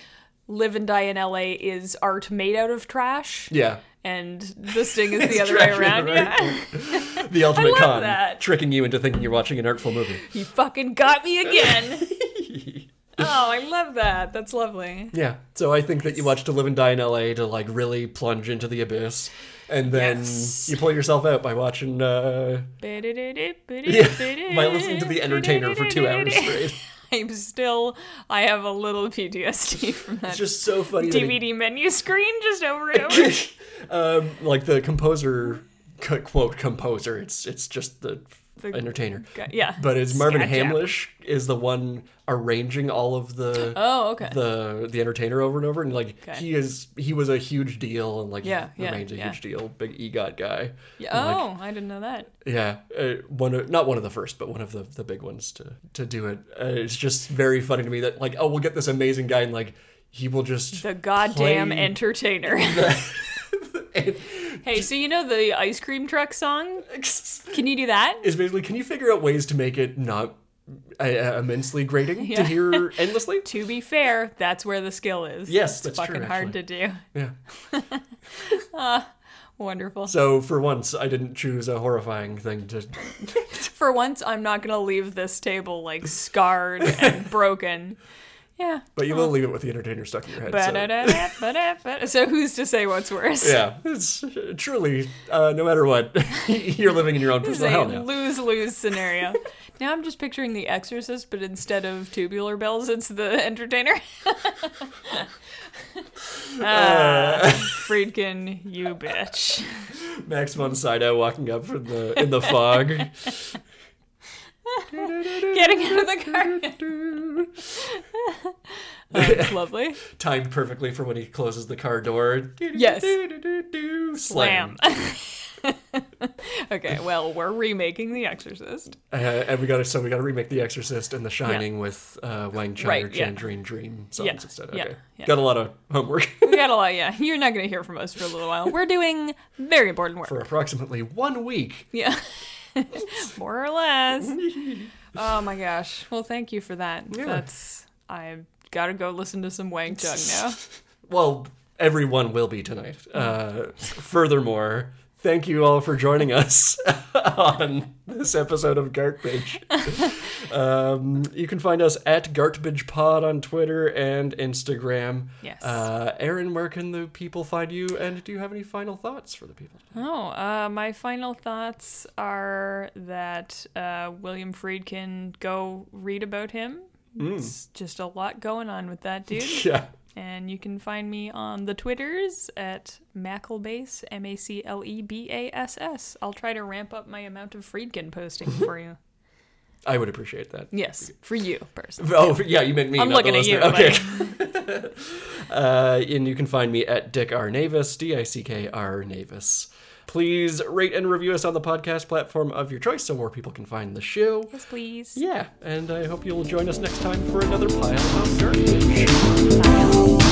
B: live and die in L.A. is art made out of trash.
A: yeah.
B: And the sting is
A: It's
B: the other way
A: trash made
B: around.
A: of
B: Yeah.
A: The ultimate
B: love
A: con,
B: that.
A: tricking you into thinking you're watching an artful movie.
B: You fucking got me again. oh, I love that. That's lovely.
A: Yeah. So I think that you watch To Live and Die in LA to like really plunge into the abyss. And then
B: Yes.
A: you pull yourself out by watching, uh, yeah, by
B: By
A: listening to The Entertainer for two hours straight.
B: I'm still. I have a little PTSD from that
A: It's just so funny. that he-
B: DVD menu screen just over and over.
A: um, like the composer, c- quote composer. It's it's just the,
B: The-
A: entertainer.
B: Go- yeah.
A: But it's Marvin
B: Scatchap.
A: Hamlish is the one arranging all of the
B: Oh, okay.
A: the the entertainer over and over and like
B: Okay.
A: he is he was a huge deal and like
B: Yeah,
A: he
B: yeah,
A: remains a
B: yeah.
A: huge deal big egot guy
B: Yeah,
A: And, like,
B: oh, I didn't know that.
A: yeah uh, one of, not one of the first but one of the the big ones to to do it uh, it's just very funny to me that like oh we'll get this amazing guy and like he will just
B: The goddamn
A: play-
B: entertainer. hey, so you know the ice cream truck song? Can you do that?
A: is basically can you figure out ways to make it not uh, immensely grating to
B: Yeah.
A: hear endlessly
B: To be fair, that's where the skill is.
A: Yes,
B: it's
A: that's true,
B: fucking hard to do.
A: yeah
B: Wonderful.
A: so for once i didn't choose a horrifying thing to
B: For once, I'm not gonna leave this table like scarred and broken. Yeah.
A: but you will leave it with the entertainer stuck in your head so.
B: Ba-da-da-da, ba-da-ba- So who's to say what's worse?
A: Yeah, it's truly, uh, no matter what, you're living in your own
B: This is
A: personal hell
B: a
A: now.
B: lose lose scenario. now I'm just picturing The Exorcist, but instead of tubular bells, it's the entertainer. ah,
A: Uh.
B: Friedkin, you bitch.
A: Max von Sydow walking up in the in the fog.
B: Getting out of the car. Oh, lovely.
A: Timed perfectly for when he closes the car door.
B: Yes.
A: Slam.
B: Bam. okay, well, we're remaking The Exorcist.
A: Uh, and we got to so we got to remake The Exorcist and The Shining with uh, Wang Chang or
B: Right, yeah.
A: Chandrine Dream songs
B: Yeah,
A: instead. Okay,
B: yeah, yeah.
A: got a lot of homework
B: We got a lot, yeah. You're not going to hear from us for a little while. We're doing very important work.
A: for approximately one week.
B: Yeah. More or less. oh my gosh. Well, thank you for that.
A: Yeah.
B: That's I gotta go listen to some Wang Chung now.
A: Well, everyone will be tonight.
B: Hmm.
A: Uh, furthermore, thank you all for joining us on this episode of Gartbage. um, you can find us at Gartbage Pod on Twitter and Instagram.
B: Yes.
A: Uh, Aaron, where can the people find you? And do you have any final thoughts for the people?
B: Oh, uh, my final thoughts are that uh, William Friedkin. Go read about him. It's just a lot going on with that dude.
A: Yeah.
B: and you can find me on the Twitters at Maclebass. M A C L E B A S S. I'll try to ramp up my amount of Friedkin posting for you.
A: I would appreciate that.
B: Yes, for you personally.
A: Oh, yeah, you meant me.
B: I'm
A: not the
B: looking at you,
A: listener. Okay. Uh, and you can find me at Dick R. Navis, D I C K R Navis. Please rate and review us on the podcast platform of your choice so more people can find the show.
B: Yes, please.
A: Yeah, and I hope you'll join us next time for another pile of dirt.
B: Bye.